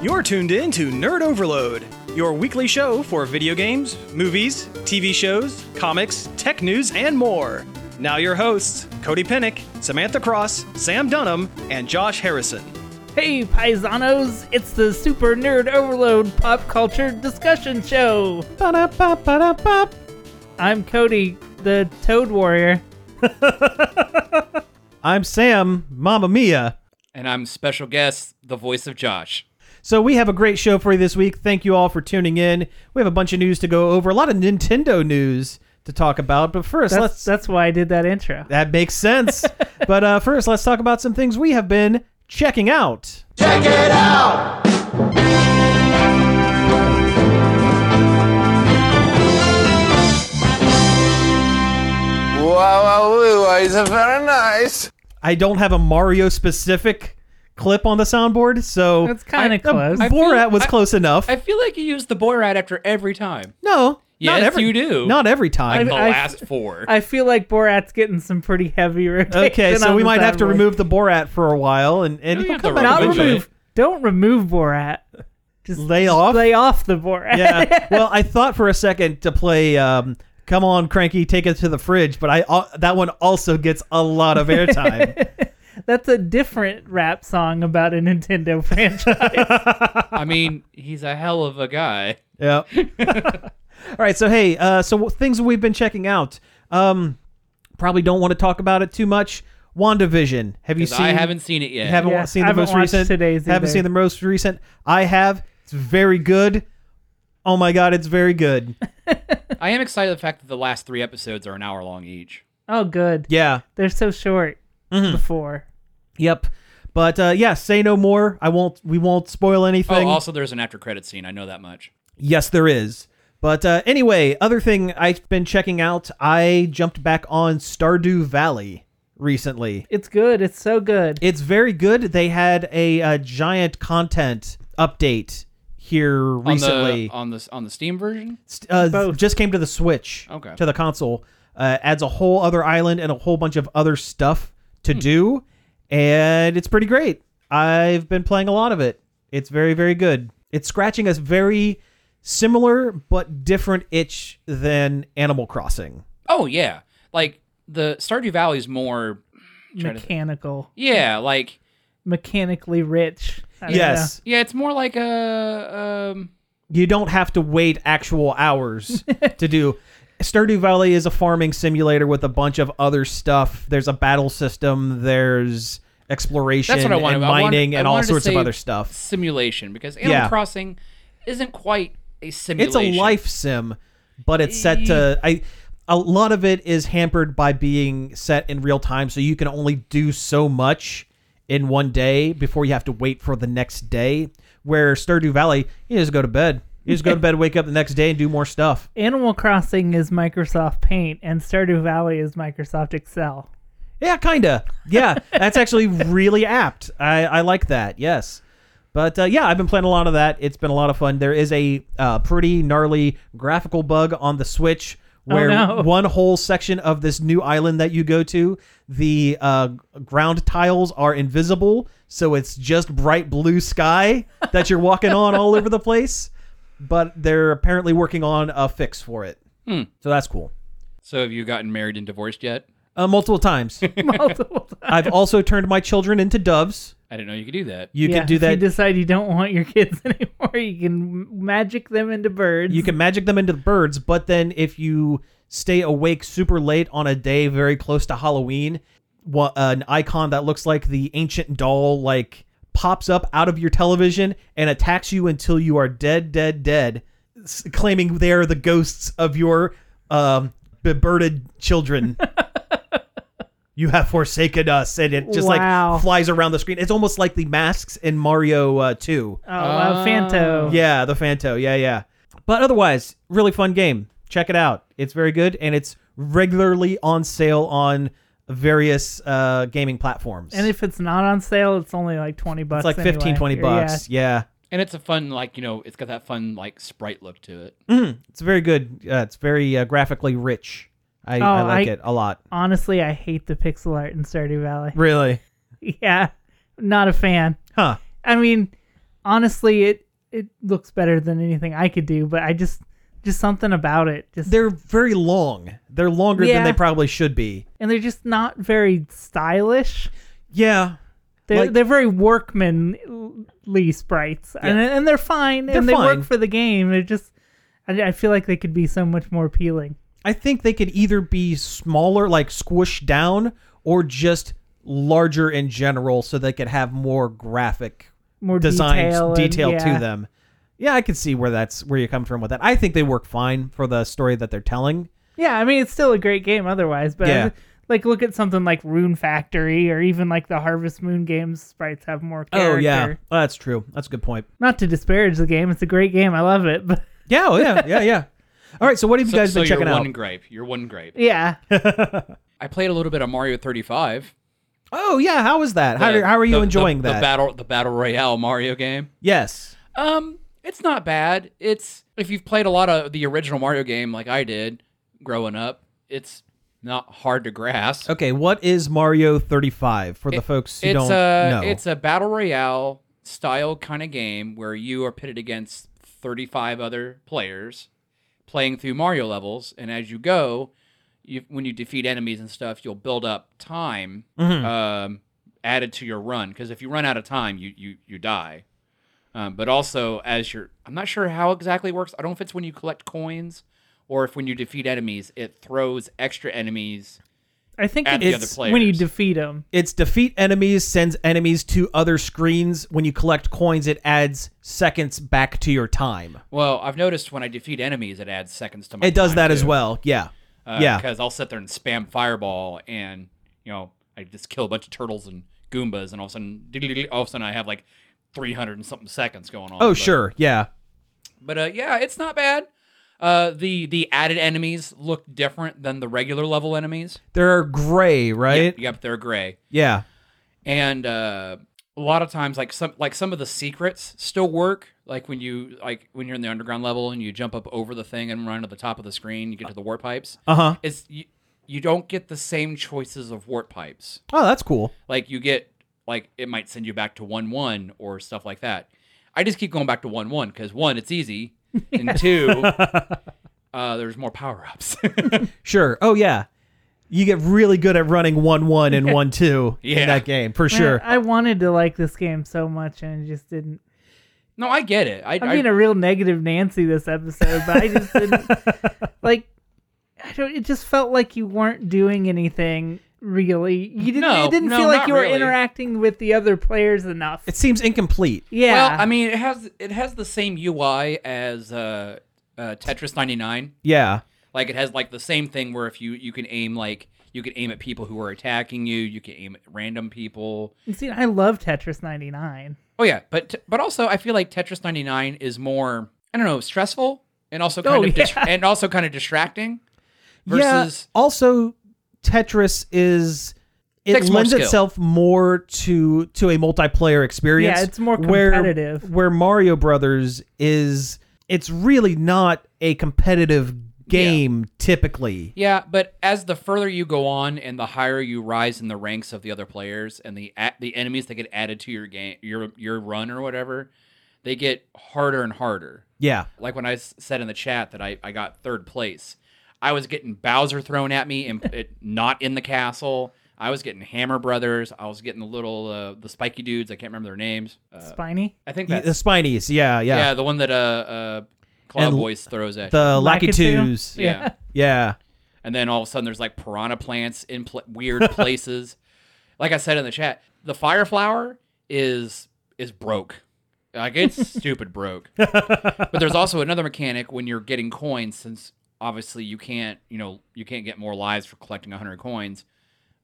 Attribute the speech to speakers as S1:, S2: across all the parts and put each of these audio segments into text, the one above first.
S1: You're tuned in to Nerd Overload, your weekly show for video games, movies, TV shows, comics, tech news, and more. Now, your hosts, Cody Pennick, Samantha Cross, Sam Dunham, and Josh Harrison.
S2: Hey, paisanos! It's the Super Nerd Overload Pop Culture Discussion Show! Ba-da-ba-ba-da-bop. I'm Cody, the Toad Warrior.
S3: I'm Sam, Mamma Mia.
S4: And I'm special guest, the voice of Josh.
S3: So we have a great show for you this week. Thank you all for tuning in. We have a bunch of news to go over, a lot of Nintendo news to talk about. But first,
S2: That's,
S3: let's
S2: that's why I did that intro.
S3: that makes sense. but uh, first, let's talk about some things we have been checking out.
S5: Wow, wow, woo, wow, it's very nice.
S3: I don't have a Mario specific clip on the soundboard, so
S2: That's kinda
S3: I-
S2: close.
S3: Uh,
S2: I
S3: Borat
S4: feel-
S3: was
S4: I-
S3: close enough.
S4: I feel like you use the Borat after every time.
S3: no, not
S4: Yes,
S3: every,
S4: you do.
S3: Not every
S4: Like
S3: time.
S4: the
S2: I-
S4: last four.
S2: I feel like Borat's getting some pretty heavy rotation.
S3: okay, so
S2: on
S3: we
S2: the
S3: might have to
S2: soundboard.
S3: remove the Borat for a while, and and
S4: You
S3: he'll
S4: have to
S3: come back
S2: Not
S4: Eventually.
S3: eventually.
S2: remove. Don't remove Borat. Just
S3: Lay off.
S2: Lay off the Borat.
S3: yeah. uh, Well, I thought for a second to play um, "Come On, Cranky, Take Us to the Fridge," but I uh, that one also gets a lot of airtime.
S2: That's a different rap song about a Nintendo franchise.
S4: I mean, he's a hell of a guy.
S3: yeah. All right. So hey, uh, so things we've been checking out. Um, probably don't want to talk about it too much. Wandavision. Have you
S4: 'Cause
S3: seen?
S4: I haven't seen it yet.
S3: You haven't
S2: Yeah,
S3: seen
S2: I
S3: the
S2: haven't
S3: most
S2: watched
S3: recent.
S2: today's
S3: haven't
S2: either.
S3: seen the most recent. I have. It's very good. Oh my god, it's very good.
S4: I am excited the fact that the last three episodes are an hour long each.
S2: oh, good.
S3: Yeah. Mm-hmm.
S2: They're so short before.
S3: Yep. But uh, yeah, say no more. I won't. We won't spoil anything.
S4: Oh, also, there's an after credit scene. I know that much.
S3: Yes, there is. But uh, anyway, other thing I've been checking out, I jumped back on Stardew Valley recently.
S2: It's good. It's so good.
S3: It's very good. They had a, uh giant content update here recently.
S4: on the on the on the Steam version.
S3: St- uh,
S2: both.
S3: just came to the Switch,
S4: Okay.
S3: to the console. Uh, adds a whole other island and a whole bunch of other stuff to
S4: Hmm.
S3: do, and it's pretty great. I've been playing a lot of it. It's very very good. It's scratching a very similar but different itch than Animal Crossing.
S4: Oh yeah, like the Stardew Valley is more. trying to-
S2: Mechanical.
S4: Yeah, like
S2: Mechanically rich. I don't
S3: yes,
S4: yeah, it's more like a um.
S3: you don't have to wait actual hours to do. Stardew Valley is a farming simulator with a bunch of other stuff. There's a battle system. There's exploration
S4: That's what I wanted.
S3: and
S4: I wanted-
S3: mining
S4: I
S3: and all
S4: wanted to
S3: sorts of
S4: say
S3: other stuff.
S4: Simulation because Animal
S3: Yeah.
S4: Crossing isn't quite a
S3: It's
S4: simulation. Eh.
S3: a life sim, but it's set to I. A lot of it is hampered by being set in real time, so you can only do so much in one day before you have to wait for the next day. Where Stardew Valley, you just go to bed. You just go to bed, wake up the next day, and do more stuff.
S2: know. Animal Crossing is Microsoft Paint, and Stardew Valley is Microsoft Excel.
S3: Yeah, kinda. Yeah, that's actually really apt. I, I like that. Yes, but uh, yeah, I've been playing a lot of that. It's been a lot of fun. There is a uh, pretty gnarly graphical bug on the Switch where
S2: no.
S3: one whole section of this new island that you go to, the uh, ground tiles are invisible, so it's just bright blue sky that you're walking on all over the place. But they're apparently working on a fix for it, so that's cool.
S4: So have you gotten married and divorced yet?
S3: Uh, multiple times.
S2: Multiple times.
S3: I've also turned my children into doves.
S4: I didn't know you could do that.
S3: You
S2: Yeah,
S3: can do
S2: If you
S3: that.
S2: decide you don't want your kids anymore, you can magic them into birds.
S3: you can magic them into birds, but then if you stay awake super late on a day very close to Halloween, wha- an icon that looks like the ancient doll like pops up out of your television and attacks you until you are dead, dead, dead, s- claiming they are the ghosts of your um, bebirded children. You have forsaken us, and it just
S2: Wow.
S3: like flies around the screen. It's almost like the masks in Mario uh, Two.
S2: Oh, wow, Fanto.
S3: Yeah, the Fanto. Yeah, yeah. But otherwise, really fun game. Check it out. It's very good, and it's regularly on sale on various uh, gaming platforms.
S2: And if it's not on sale, it's only like 20 bucks.
S3: it's like 15,
S2: anyway.
S3: 20
S2: Yeah.
S3: bucks. Yeah.
S4: And it's a fun, like you know, it's got that fun, like sprite look to it.
S3: It's very good. Uh, it's very uh, graphically rich. I, I
S2: Oh,
S3: like
S2: I-
S3: it a lot.
S2: Honestly, I hate the pixel art in Stardew Valley.
S3: Really?
S2: Yeah, not a fan.
S3: Huh.
S2: I mean, honestly, it it looks better than anything I could do. But I just just something about it. Just
S3: They're very long. They're longer than
S2: Yeah.
S3: they probably should be.
S2: and they're just not very stylish.
S3: Yeah.
S2: They're,
S3: Like-
S2: they're very workmanly sprites, and and they're fine, and they
S3: fine.
S2: work for the game. They're just, I, I feel like they could be so much more appealing.
S3: I think they could either be smaller, like squished down, or just larger in general, so they could have more graphic
S2: More
S3: design
S2: detail,
S3: detail,
S2: and- yeah.
S3: to them. Yeah, I can see where that's where you come from with that. I think they work fine for the story that they're telling.
S2: Yeah, I mean it's still a great game otherwise, but
S3: Yeah.
S2: I- like look at something like Rune Factory or even like the Harvest Moon games sprites have more character.
S3: Oh yeah, Well, that's true. That's a good point.
S2: Not to disparage the game, it's a great game. I love it, but
S3: Yeah, oh, yeah, yeah, yeah. All right, so what have you
S4: So,
S3: guys
S4: so
S3: been checking
S4: your
S3: out?
S4: one gripe. Your one gripe.
S2: yeah.
S4: I played a little bit of Mario 35.
S3: Oh yeah, how is that? how,
S4: The-
S3: do- how are you
S4: the- the-
S3: enjoying that?
S4: The battle, the battle royale Mario game.
S3: yes.
S4: Um, it's not bad. It's if you've played a lot of the original Mario game, like I did growing up, it's not hard to grasp.
S3: Okay, what is Mario 35 for the folks who
S4: it's
S3: don't
S4: a
S3: know?
S4: it's a battle royale style kind of game where you are pitted against 35 other players playing through Mario levels and as you go you, when you defeat enemies and stuff you'll build up time
S3: Mm-hmm.
S4: um, added to your run because if you run out of time you you, you die um, but also as you're I'm not sure how exactly it works I don't know if it's when you collect coins or if when you defeat enemies it throws extra enemies
S2: I think
S4: At the
S2: it's
S4: other
S2: when you
S4: players.
S2: defeat them.
S3: it's defeat enemies, sends enemies to other screens. When you collect coins, it adds seconds back to your time.
S4: Well, I've noticed when I defeat enemies, it adds seconds to my.
S3: It does
S4: time,
S3: that as
S4: too.
S3: well. Yeah.
S4: Uh,
S3: yeah.
S4: because I'll sit there and spam fireball, and you know, I just kill a bunch of turtles and goombas, and all of a sudden, diddly-diddly, all of a sudden, I have like three hundred and something seconds going on.
S3: Oh,
S4: But-
S3: sure. Yeah.
S4: but uh, yeah, it's not bad. Uh, the the added enemies look different than the regular level enemies.
S3: They're gray, right?
S4: Yep, yep, they're gray.
S3: Yeah.
S4: and uh, a lot of times like some like some of the secrets still work like when you like when you're in the underground level and you jump up over the thing and run to the top of the screen you get to the warp pipes
S3: Uh-huh.
S4: it's you, you don't get the same choices of warp pipes
S3: Oh, that's cool.
S4: like you get like it might send you back to 1-1 or stuff like that i just keep going back to 1-1 because one it's easy and two uh, there's more power-ups
S3: Sure. Oh, yeah. You get really good at running 1 1 and 1 2
S4: Yeah.
S3: in that game, for sure.
S2: I wanted to like this game so much and I just didn't.
S4: no i get it i,
S2: I'm being a real negative Nancy this episode, but I just didn't like. I don't. It just felt like you weren't doing anything really. You didn't.
S4: No,
S2: it didn't
S4: no,
S2: feel like
S4: not
S2: you were
S4: really.
S2: interacting with the other players enough.
S3: it seems incomplete.
S2: yeah.
S4: Well, I mean, it has it has the same UI as uh, uh, Tetris 99.
S3: Yeah.
S4: Like it has like the same thing where if you you can aim like you can aim at people who are attacking you, you can aim at random people.
S2: See, I love Tetris 99.
S4: Oh yeah, but but also I feel like Tetris 99 is more I don't know stressful and also kind
S2: Oh,
S4: of dis-
S2: yeah.
S4: and also kind of distracting. Versus
S3: yeah. Also, Tetris is it
S4: Takes more
S3: lends
S4: skill.
S3: itself more to to a multiplayer experience.
S2: Yeah, it's more
S3: where-
S2: competitive.
S3: Where, Mario Brothers is, it's really not a competitive game typically.
S4: Yeah, but as the further you go on and the higher you rise in the ranks of the other players and the a- the enemies that get added to your game, your your run or whatever, they get harder and harder.
S3: Yeah,
S4: Like when I s- said in the chat that I, I got third place, I was getting Bowser thrown at me and it, not in the castle. I was getting Hammer Brothers. I was getting the little uh, the spiky dudes. I can't remember their names. Uh,
S2: Spiny.
S4: I think
S3: Y- the
S4: that's
S3: Spinies. Yeah,
S4: yeah.
S3: yeah.
S4: the one that uh, uh Claw
S3: And
S4: Boys throws at. you.
S3: The Lacky
S2: Lakitu.
S3: Twos.
S4: yeah.
S3: Yeah.
S4: and then all of a sudden there's like piranha plants in pl- weird places. Like I said in the chat, the fire flower is is broke. Like it's stupid broke. But there's also another mechanic when you're getting coins, since obviously you can't you know you can't get more lives for collecting 100 coins.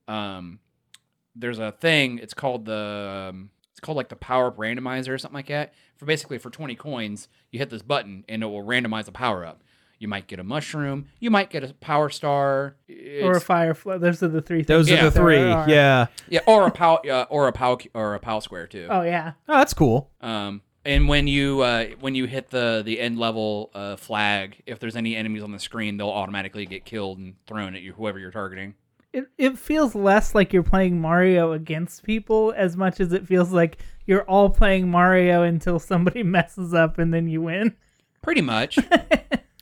S4: Um, there's a thing. It's called the um, it's called like the power up randomizer or something like that. For basically for 20 coins, you hit this button and it will randomize a power up. You might get a mushroom. You might get a power star.
S2: or a
S4: It's-
S2: fire flow. Those are the three things.
S3: Those
S4: Yeah.
S3: are the
S2: there
S3: three.
S2: are.
S3: Yeah.
S4: yeah, or a pow uh, or a pow or a pow square too.
S2: Oh, yeah.
S3: Oh, that's cool.
S4: Um, and when you uh, when you hit the the end level uh, flag, if there's any enemies on the screen, they'll automatically get killed and thrown at you, whoever you're targeting.
S2: It, it feels less like you're playing Mario against people as much as it feels like you're all playing Mario until somebody messes up and then you win.
S4: Pretty much.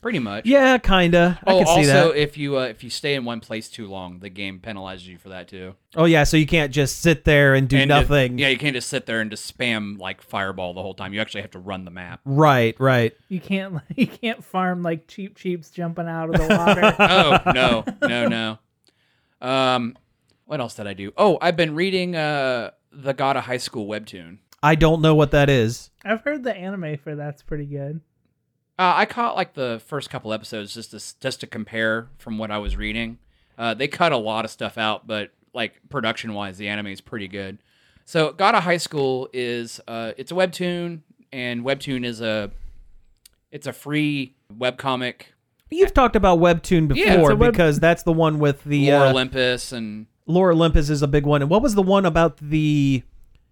S4: Pretty much.
S3: Yeah, kinda. I
S4: Oh,
S3: can see
S4: also,
S3: that.
S4: if you uh, if you stay in one place too long, the game penalizes you for that too.
S3: Oh yeah, so you can't just sit there and do
S4: And if-
S3: nothing.
S4: yeah, you can't just sit there and just spam like fireball the whole time. You actually have to run the map.
S3: Right, right.
S2: You can't you can't farm like cheap cheeps jumping out of the water.
S4: oh no no no um what else did i do oh i've been reading uh the god of high school webtoon
S3: I don't know what that is.
S2: I've heard the anime for that's pretty good.
S4: uh, i caught like the first couple episodes just to just to compare from what i was reading uh they cut a lot of stuff out but like production wise the anime is pretty good so god of high school is uh it's a webtoon and webtoon is a it's a free webcomic
S3: You've talked about webtoon before
S4: Yeah, it's a
S2: web-
S3: because that's the one with the
S4: Lore
S3: uh,
S4: olympus and
S3: Lore Olympus is a big one. And what was the one about the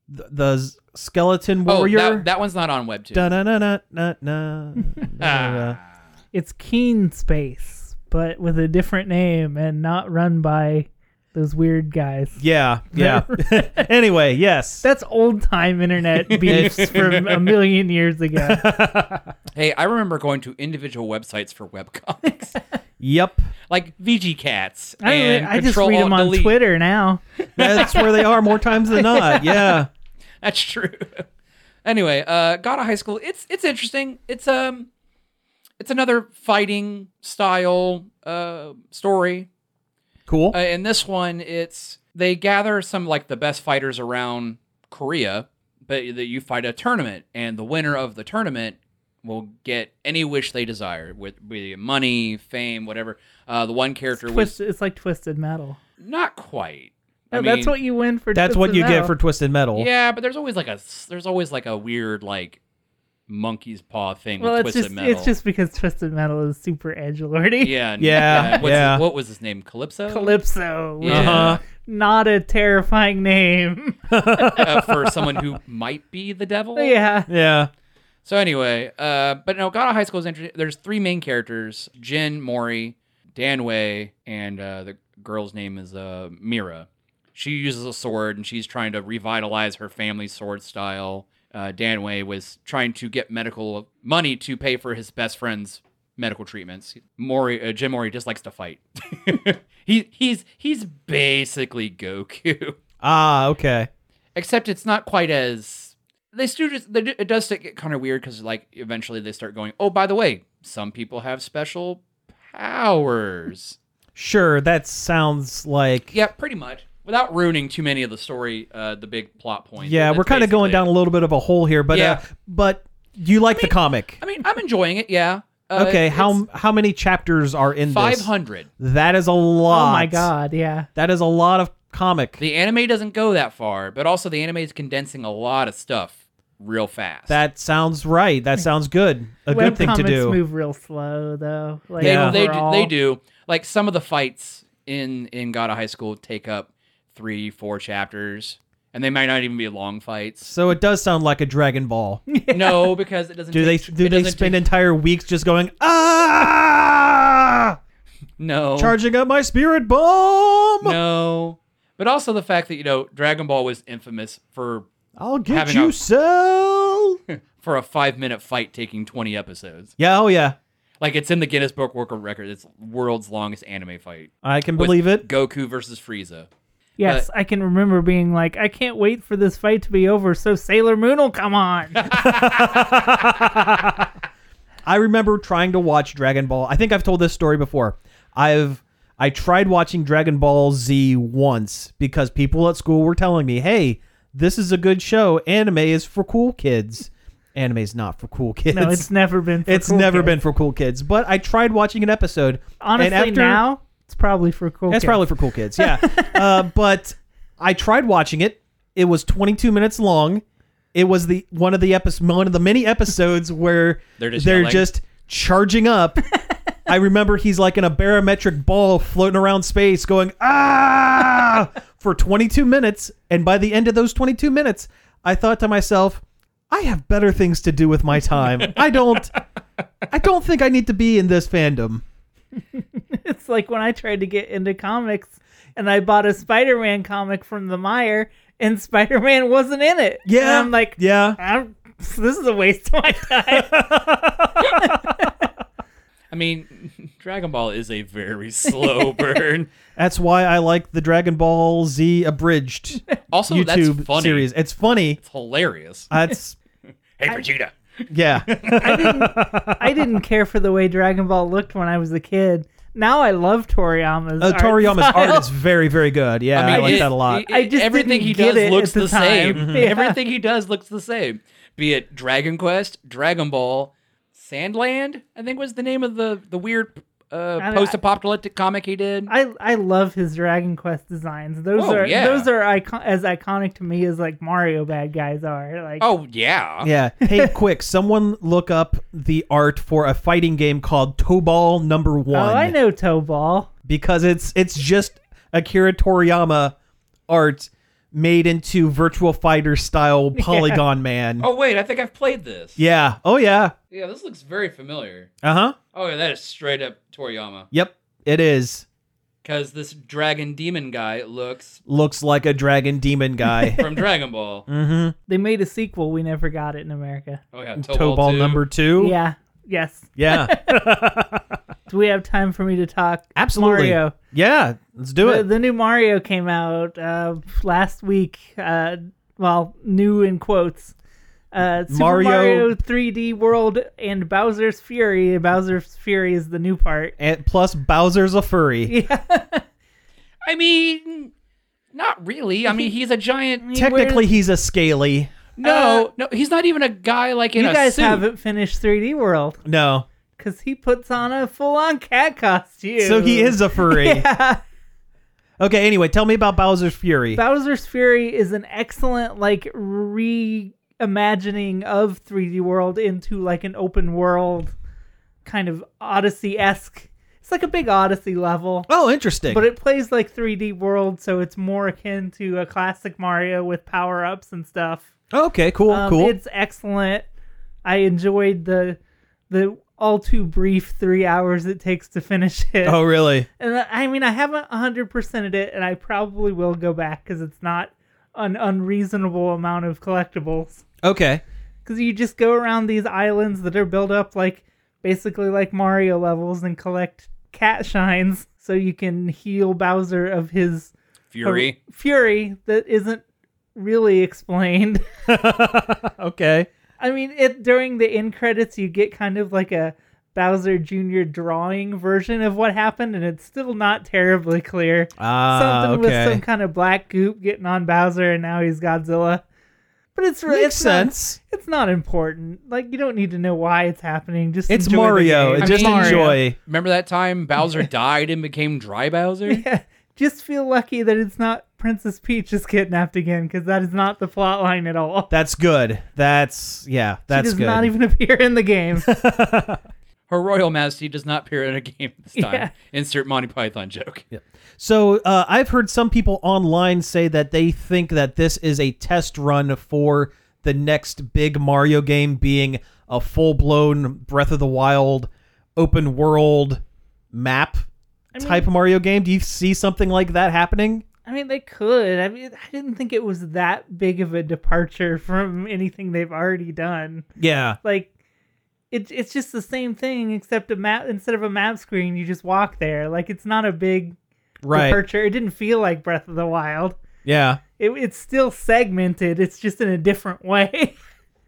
S3: the, the s- skeleton
S4: oh
S3: warrior?
S4: that, that one's not on webtoon
S3: da na na na na na.
S4: Ah.
S2: It's Keen Space, but with a different name and not run by those weird guys.
S3: Yeah, yeah. anyway, yes.
S2: That's old time internet beefs from a million years ago.
S4: Hey, I remember going to individual websites for webcomics,
S3: Yep.
S4: like VG Cats
S2: I, don't
S4: and
S2: really- I just
S4: Control
S2: read
S4: Alt
S2: them on
S4: Delete.
S2: Twitter now.
S3: That's where they are more times than not. Yeah.
S4: That's true. anyway, uh, God of High School. It's it's interesting. It's um, it's another fighting style uh story.
S3: Cool.
S4: Uh, in this one, it's they gather some like the best fighters around Korea, but that you fight a tournament, and the winner of the tournament will get any wish they desire, with, with money, fame, whatever. Uh, the one character was
S2: Twist, it's like twisted metal.
S4: Not quite. I
S2: No,
S4: mean,
S2: that's what you win for.
S3: That's what
S2: Twisted
S3: you get
S2: Metal.
S3: for Twisted Metal.
S4: Yeah, but there's always like a there's always like a weird like monkey's paw thing
S2: Well,
S4: with
S2: it's
S4: twisted
S2: just
S4: metal.
S2: it's just because twisted metal is super edge lordy.
S4: yeah, and-
S3: Yeah,
S4: What's
S3: yeah.
S4: His, what was his name? Calypso.
S2: Calypso, which
S4: Yeah.
S2: is
S3: Uh-huh.
S2: not a terrifying name.
S4: uh, for someone who might be the devil.
S2: yeah,
S3: Yeah.
S4: So anyway, uh, but no, God of High School is interesting. There's three main characters: Jin, Mori, Danwei, and uh, the girl's name is uh, Mira. She uses a sword, and she's trying to revitalize her family's sword style. Uh, Danwei was trying to get medical money to pay for his best friend's medical treatments. Mori, uh, Jin Mori, just likes to fight. he he's he's basically Goku
S3: Ah, okay.
S4: except it's not quite as they still just they, do- it does get kind of weird because like eventually they start going oh by the way some people have special powers
S3: Sure, that sounds like
S4: yeah pretty much without ruining too many of the story uh the big plot points
S3: Yeah,
S4: that's
S3: we're kind of going down
S4: basically
S3: a little bit of a hole here, but
S4: Yeah.
S3: uh, but you like the comic.
S4: it. i mean i'm enjoying it yeah Uh,
S3: okay, how
S4: it's
S3: how many chapters are in this?
S4: 500
S3: That is a
S2: oh
S3: lot.
S2: my god, yeah.
S3: That is a lot of comic.
S4: the anime doesn't go that far but also the anime is condensing a lot of stuff real fast
S3: that sounds right. That sounds good. A
S2: Web
S3: good thing to
S2: comics
S3: do.
S2: move real slow though. Like
S3: Yeah.
S4: they, do,
S2: overall.
S4: they do like some of the fights in in god of high school take up three four chapters and they might not even be long fights
S3: So it does sound like a Dragon Ball.
S4: no because it doesn't
S3: Do they
S4: take,
S3: do
S4: it
S3: they
S4: doesn't
S3: spend
S4: take-
S3: entire weeks just going ah
S4: no
S3: charging up my spirit bomb?
S4: no but also the fact that you know dragon ball was infamous for
S3: I'll get
S4: Having
S3: you,
S4: a-
S3: Cell.
S4: for a five minute fight taking 20 episodes
S3: yeah, oh yeah,
S4: like it's in the guinness book World record it's world's longest anime fight
S3: I can
S4: With
S3: believe it.
S4: goku versus frieza
S2: Yes, I can remember being like, I can't wait for this fight to be over so Sailor Moon will come on.
S3: I remember trying to watch Dragon Ball. I think I've told this story before. I've I tried watching Dragon Ball Z once because people at school were telling me, "Hey, this is a good show. Anime is for cool kids." Anime's not for cool kids.
S2: no, it's never been. For
S3: It's
S2: cool
S3: never
S2: kids.
S3: been for cool kids. But I tried watching an episode. and
S2: Honestly,
S3: after,
S2: now it's probably for cool.
S3: That's
S2: kids.
S3: probably for cool kids, yeah. uh, but I tried watching it. It was 22 minutes long. It was the one of the episodes, one of the many episodes where
S4: They're just
S3: they're
S4: yelling.
S3: just charging up. I remember he's like in a barometric ball floating around space, going ah for 22 minutes. And by the end of those 22 minutes, I thought to myself, I have better things to do with my time. I don't. I don't think I need to be in this fandom.
S2: It's like when I tried to get into comics and I bought a Spider Man comic from the Mire, and Spider Man wasn't in it. And
S3: Yeah.
S2: I'm like,
S3: yeah.
S2: I'm, this is a waste of my time.
S4: I mean, Dragon Ball is a very slow burn.
S3: That's why I like the Dragon Ball Z abridged
S4: Also, Oh, that's
S3: YouTube
S4: funny.
S3: series. It's funny.
S4: It's hilarious.
S3: That's
S4: Hey, Vegeta.
S3: yeah.
S2: I didn't, I didn't care for the way Dragon Ball looked when I was a kid. Now I love Toriyama's
S3: Uh,
S2: art
S3: Toriyama's
S2: style.
S3: art is very, very good. Yeah, I,
S4: mean,
S3: like
S4: it-
S3: that a lot.
S4: it-
S2: I just
S4: everything
S2: didn't
S4: he
S2: get
S4: does
S2: it
S4: looks
S2: at the
S4: the, same. Mm-hmm.
S2: time. Yeah.
S4: Everything he does looks the same. Be it Dragon Quest, Dragon Ball, Sandland. I think was the name of the the weird uh,
S2: don't-
S4: post-apocalyptic comic he did.
S2: I, I love his Dragon Quest designs. Those
S4: Oh,
S2: are
S4: yeah.
S2: those are icon- as iconic to me as like Mario bad guys are. Like
S4: oh yeah.
S3: Yeah. Hey, quick! Someone look up the art for a fighting game called Tobal Number
S2: oh,
S3: One
S2: I know Toe Ball.
S3: because it's it's just Akira Toriyama art made into Virtual Fighter style polygon man.
S4: Oh wait, I think I've played this.
S3: Yeah. Oh yeah.
S4: Yeah, this looks very familiar.
S3: Uh huh.
S4: Oh yeah, that is straight up Toriyama.
S3: Yep. It is.
S4: Because this dragon demon guy looks
S3: Looks like a dragon demon guy.
S4: from Dragon Ball.
S3: Mm.
S2: They made a sequel. We never got it in America.
S4: Oh yeah,
S3: Tobal
S4: Tobal, two.
S3: Number Two.
S2: Yeah. Yes.
S3: Yeah.
S2: Do we have time for me to talk?
S3: Absolutely.
S2: Mario.
S3: Yeah. Let's do
S2: The,
S3: it.
S2: the new Mario came out uh, last week. Uh, well, new in quotes. Uh, Super
S3: Mario-
S2: Mario... 3D World and Bowser's Fury. Bowser's Fury is the new part.
S3: And plus Bowser's a furry.
S4: I mean, not really. I mean, he's a giant.
S3: Technically, he's a scaly.
S4: No, no, he's not even a guy like in
S2: Uh, You
S4: a
S2: guys
S4: suit.
S2: haven't finished 3D World
S3: No.
S2: because he puts on a full-on cat costume.
S3: So he is a furry.
S2: Yeah.
S3: Okay, anyway, tell me about Bowser's Fury.
S2: Bowser's Fury is an excellent like reimagining of 3D World into like an open world kind of Odyssey esque. It's like a big Odyssey level,
S3: oh, interesting.
S2: but it plays like 3D World, so it's more akin to a classic Mario with power ups and stuff.
S3: okay, cool,
S2: Um,
S3: cool.
S2: It's excellent. I enjoyed the the all too brief three hours it takes to finish it.
S3: oh, really?
S2: And I- I mean, I haven't 100%ed it, and I probably will go back because it's not an unreasonable amount of collectibles.
S3: Okay.
S2: Because you just go around these islands that are built up like basically like Mario levels and collect cat shines so you can heal Bowser of his
S4: Fury.
S2: fury that isn't really explained.
S3: Okay.
S2: I mean, it during the end credits, you get kind of like a Bowser Jr. drawing version of what happened, and it's still not terribly clear.
S3: Ah,
S2: Something
S3: okay.
S2: with some kind of black goop getting on Bowser, and now he's Godzilla. But it's re-
S3: Makes
S2: it's not-
S3: sense.
S2: it's not important. Like you don't need to know why it's happening. Just
S3: It's
S2: enjoy the
S3: Mario.
S2: game.
S4: I
S3: Just
S4: mean-
S3: enjoy.
S4: Remember that time Bowser died and became Dry Bowser?
S2: Just feel lucky that it's not Princess Peach is kidnapped again, because that is not the plot line at all.
S3: That's good. That's yeah. That's
S2: she does
S3: good.
S2: not even appear in the game.
S4: Her Royal Majesty does not appear in a game this time.
S2: Yeah.
S4: Insert Monty Python joke.
S3: so uh, I've heard some people online say that they think that this is a test run for the next big Mario game being a full blown Breath of the Wild open world map type Mario game. Do you see something like that happening?
S2: I mean, they could. I mean, I didn't think it was that big of a departure from anything they've already done.
S3: Yeah.
S2: Like, it's it's just the same thing, except a map instead of a map screen, you just walk there. Like, it's not a big
S3: Right.
S2: departure. It didn't feel like Breath of the Wild.
S3: Yeah.
S2: It, it's still segmented. It's just in a different way.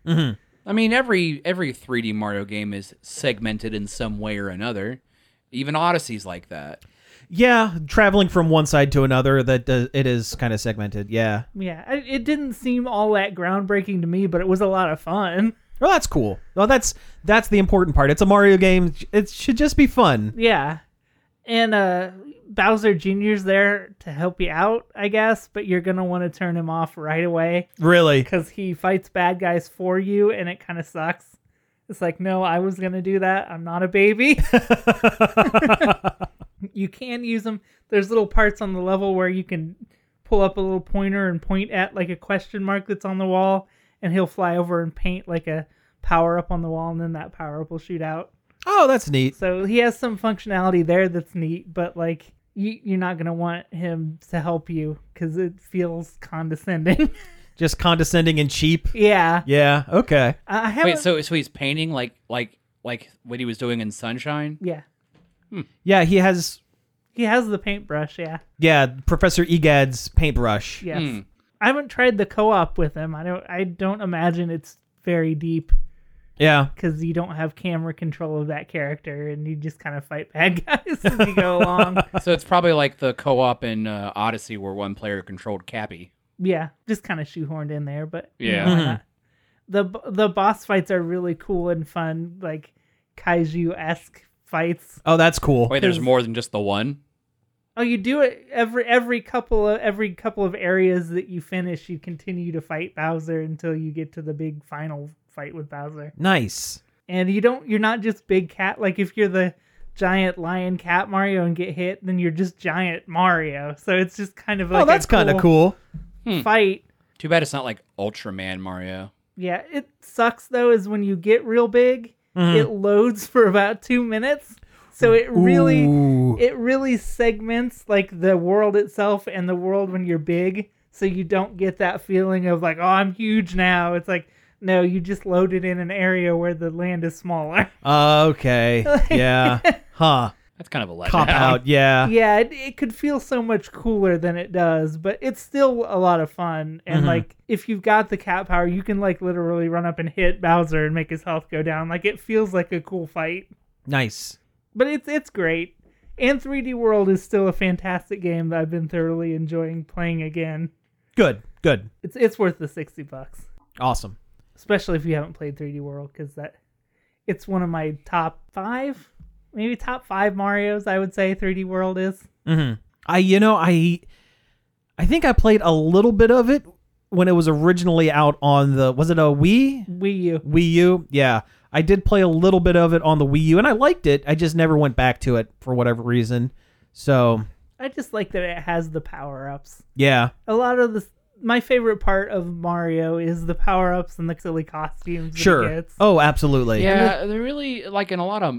S4: I mean, every every 3D Mario game is segmented in some way or another. Even Odyssey's like that.
S3: Yeah, traveling from one side to another that does, it is kind of segmented. Yeah.
S2: yeah, I, it didn't seem all that groundbreaking to me, but it was a lot of fun.
S3: Well, that's cool. Well, that's that's the important part. It's a Mario game. It should just be fun.
S2: Yeah. And uh Bowser Jr.'s there to help you out, I guess, but you're going to want to turn him off right away
S3: Really.
S2: because he fights bad guys for you and it kind of sucks. It's like, no, I was going to do that. I'm not a baby. you can use them. There's little parts on the level where you can pull up a little pointer and point at like a question mark that's on the wall, and he'll fly over and paint like a power up on the wall, and then that power up will shoot out.
S3: Oh, that's neat.
S2: So he has some functionality there that's neat, but like you, you're not gonna want him to help you because it feels condescending.
S3: Just condescending and cheap.
S2: yeah,
S3: Yeah. Okay.
S2: I I haven't.
S4: Wait, so so he's painting like like like what he was doing in Sunshine.
S2: yeah,
S3: Yeah. He has.
S2: he has the paintbrush. Yeah,
S3: Yeah. Professor Egad's paintbrush.
S2: yes.
S4: Hmm.
S2: I haven't tried the co-op with him. I don't. I don't imagine it's very deep
S3: Yeah.
S2: because you don't have camera control of that character, and you just kind of fight bad guys as you go along.
S4: So it's probably like the co-op in uh, Odyssey where one player controlled Cappy.
S2: yeah, just kind of shoehorned in there, but you
S4: Yeah.
S2: know,
S3: Mm-hmm.
S2: why not? the b- the boss fights are really cool and fun, like kaiju esque fights.
S3: Oh, that's cool.
S4: Wait, there's more than just the one.
S2: Oh, you do it every every couple of every couple of areas that you finish, you continue to fight Bowser until you get to the big final fight with Bowser.
S3: Nice.
S2: And you don't you're not just big cat like if you're the giant lion cat Mario and get hit, then you're just giant Mario. So it's just kind of like
S3: oh, that's kind of cool.
S2: cool fight.
S4: Too bad it's not like Ultraman Mario.
S2: Yeah, it sucks though is when you get real big, it loads for about 2 minutes. So it really
S3: Ooh.
S2: it really segments like the world itself and the world when you're big, so you don't get that feeling of like, "Oh, I'm huge now." It's like, "No, you just loaded in an area where the land is smaller."
S3: Uh. Okay. Yeah. Huh.
S4: That's kind of a letdown.
S3: Cop out. Yeah.
S2: yeah, it, it could feel so much cooler than it does, but it's still a lot of fun. And like, if you've got the cat power, you can like literally run up and hit Bowser and make his health go down. Like, it feels like a cool fight,
S3: Nice.
S2: but it's it's great. And 3D World is still a fantastic game that I've been thoroughly enjoying playing again.
S3: Good. Good.
S2: It's it's worth the sixty bucks,
S3: Awesome.
S2: especially if you haven't played 3D World, because that it's one of my top five, maybe top five Mario's. I would say 3D World is.
S3: I you know I I think I played a little bit of it when it was originally out on the was it a Wii
S2: Wii U.
S3: Wii U? Yeah. I did play a little bit of it on the Wii U and I liked it. I just never went back to it for whatever reason. So,
S2: I just like that it has the power ups.
S3: yeah.
S2: A lot of the my favorite part of Mario is the power ups and the silly costumes. that he
S3: Sure.
S2: gets.
S3: Oh, absolutely.
S4: Yeah, they really like in a lot of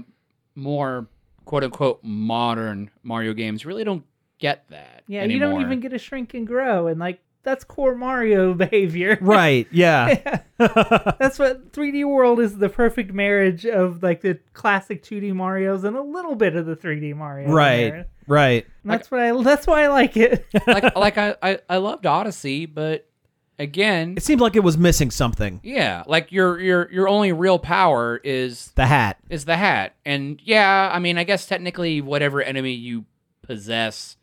S4: more quote unquote modern Mario games really don't get that.
S2: yeah. You
S4: anymore.
S2: don't even get a shrink and grow, and like that's core Mario behavior.
S3: Right. Yeah.
S2: That's what 3D World is the perfect marriage of like the classic 2D Mario's and a little bit of the 3D Mario. in
S3: right.
S2: there.
S3: Right.
S2: And That's what I. That's why I like it.
S4: like like I, I I loved Odyssey, but again,
S3: It seemed like it was missing something.
S4: yeah, like your your your only real power is
S3: The hat.
S4: is the hat. And yeah, I mean, I guess technically whatever enemy you possess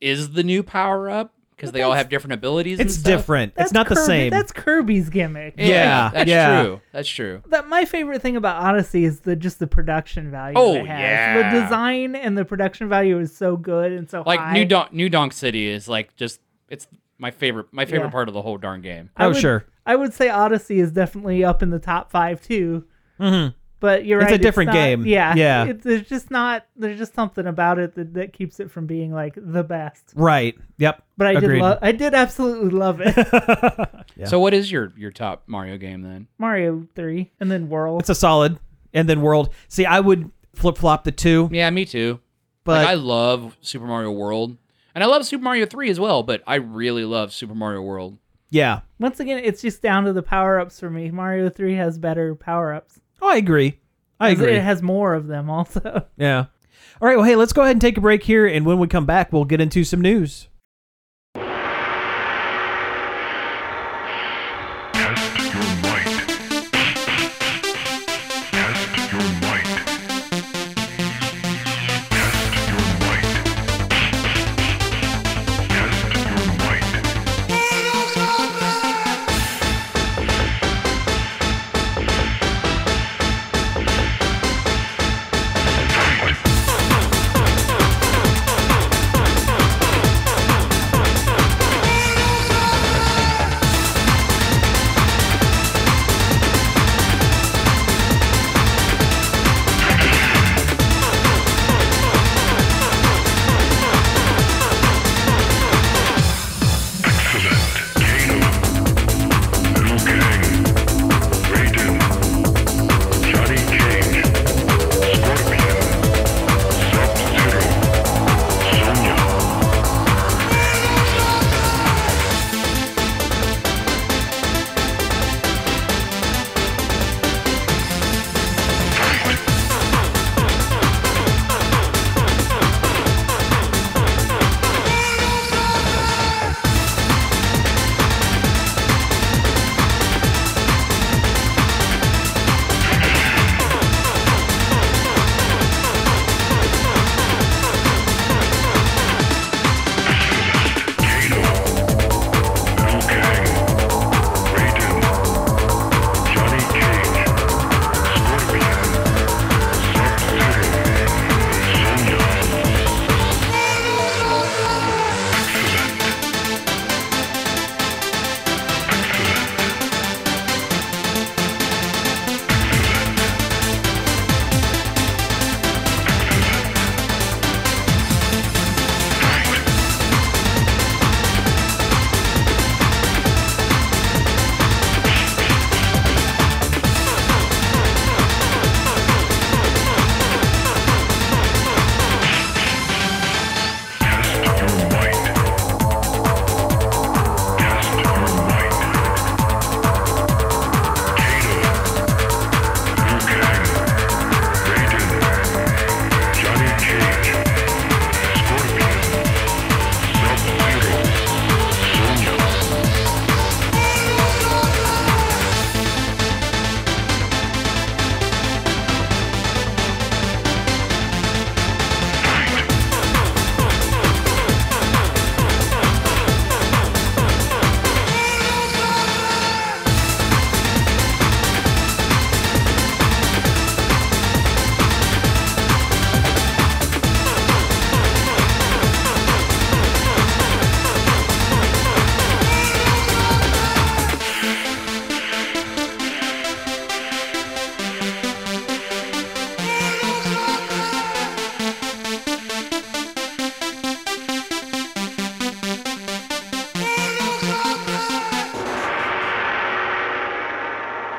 S4: is the new power up because they all have different abilities. and
S3: It's
S4: stuff.
S3: different.
S2: That's
S3: it's not the
S2: Kirby-
S3: same.
S2: That's Kirby's gimmick.
S3: Yeah,
S4: that's
S3: yeah.
S4: true. That's true.
S2: that my favorite thing about Odyssey is the just the production value.
S4: Oh,
S2: it has.
S4: yeah.
S2: the design and the production value is so good and so
S4: Like
S2: high.
S4: New Donk New Donk City is like just it's my favorite my favorite
S2: Yeah.
S4: part of the whole darn game.
S2: I
S3: Oh,
S2: would-
S3: sure.
S2: I would say Odyssey is definitely up in the top five too. But you're
S3: Mm-hmm. It's a
S2: right.
S3: different
S2: not-
S3: game.
S2: Yeah,
S3: Yeah.
S2: It, there's just not. There's just something about it that, that keeps it from being like the best.
S3: Right. Yep.
S2: But I
S3: Agreed.
S2: did love. I did absolutely love it.
S4: So what is your your top Mario game then?
S2: Mario three, and then World.
S3: It's a solid. And then World. See, I would flip flop the two,
S4: Yeah, me too.
S3: but
S4: like, I love Super Mario World. And I love Super Mario 3 as well, but I really love Super Mario World.
S3: yeah.
S2: Once again, it's just down to the power ups for me. Mario three has better power ups.
S3: Oh, I agree. I agree.
S2: It has more of them also.
S3: Yeah. All right. Well, hey, let's go ahead and take a break here. And when we come back, we'll get into some news.
S6: Test your might. Test your might. Test your might. Test your might. Fight.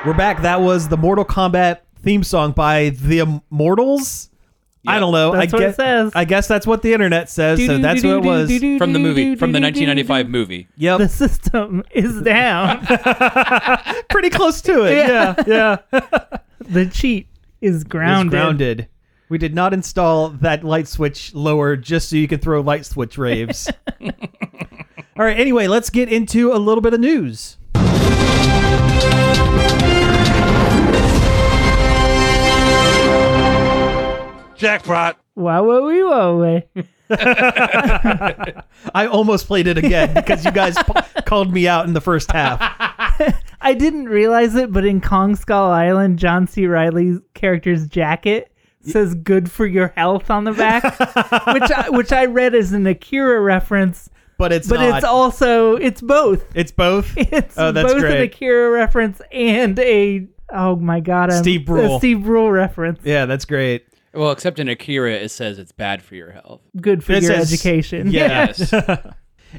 S3: We're back. That was the Mortal Kombat theme song by the Immortals. I
S4: Yep.
S3: don't know.
S2: That's
S3: I
S2: what it
S3: guess,
S2: says.
S3: I guess that's what the internet says. So that's what it was.
S4: From the movie, from the 1995 movie.
S3: Yep.
S2: The system is down.
S3: Pretty close to it. Yeah. Yeah.
S2: the cheat is
S3: It's
S2: grounded.
S3: grounded. We did not install that light switch lower just so you can throw light switch raves. All right. Anyway, let's get into a little bit of news.
S2: Wow, wow, wee, wow, way.
S3: I almost played it again because you guys p- called me out in the first half.
S2: I didn't realize it, but in Kong Skull Island, John C. Riley's character's jacket says "Good for your health" on the back, which I, which I read as an Akira reference,
S3: But it's
S2: but
S3: not.
S2: it's also it's both.
S3: It's both.
S2: It's
S3: oh, that's
S2: both an
S3: great.
S2: Akira reference and a oh my god, I'm-
S3: Steve Brule.
S2: a Steve Brule reference.
S3: yeah, that's great.
S4: Well, except in Akira, it says it's bad for your health.
S2: Good for
S3: It
S2: your
S3: says-
S2: education.
S3: Yeah.
S4: Yes.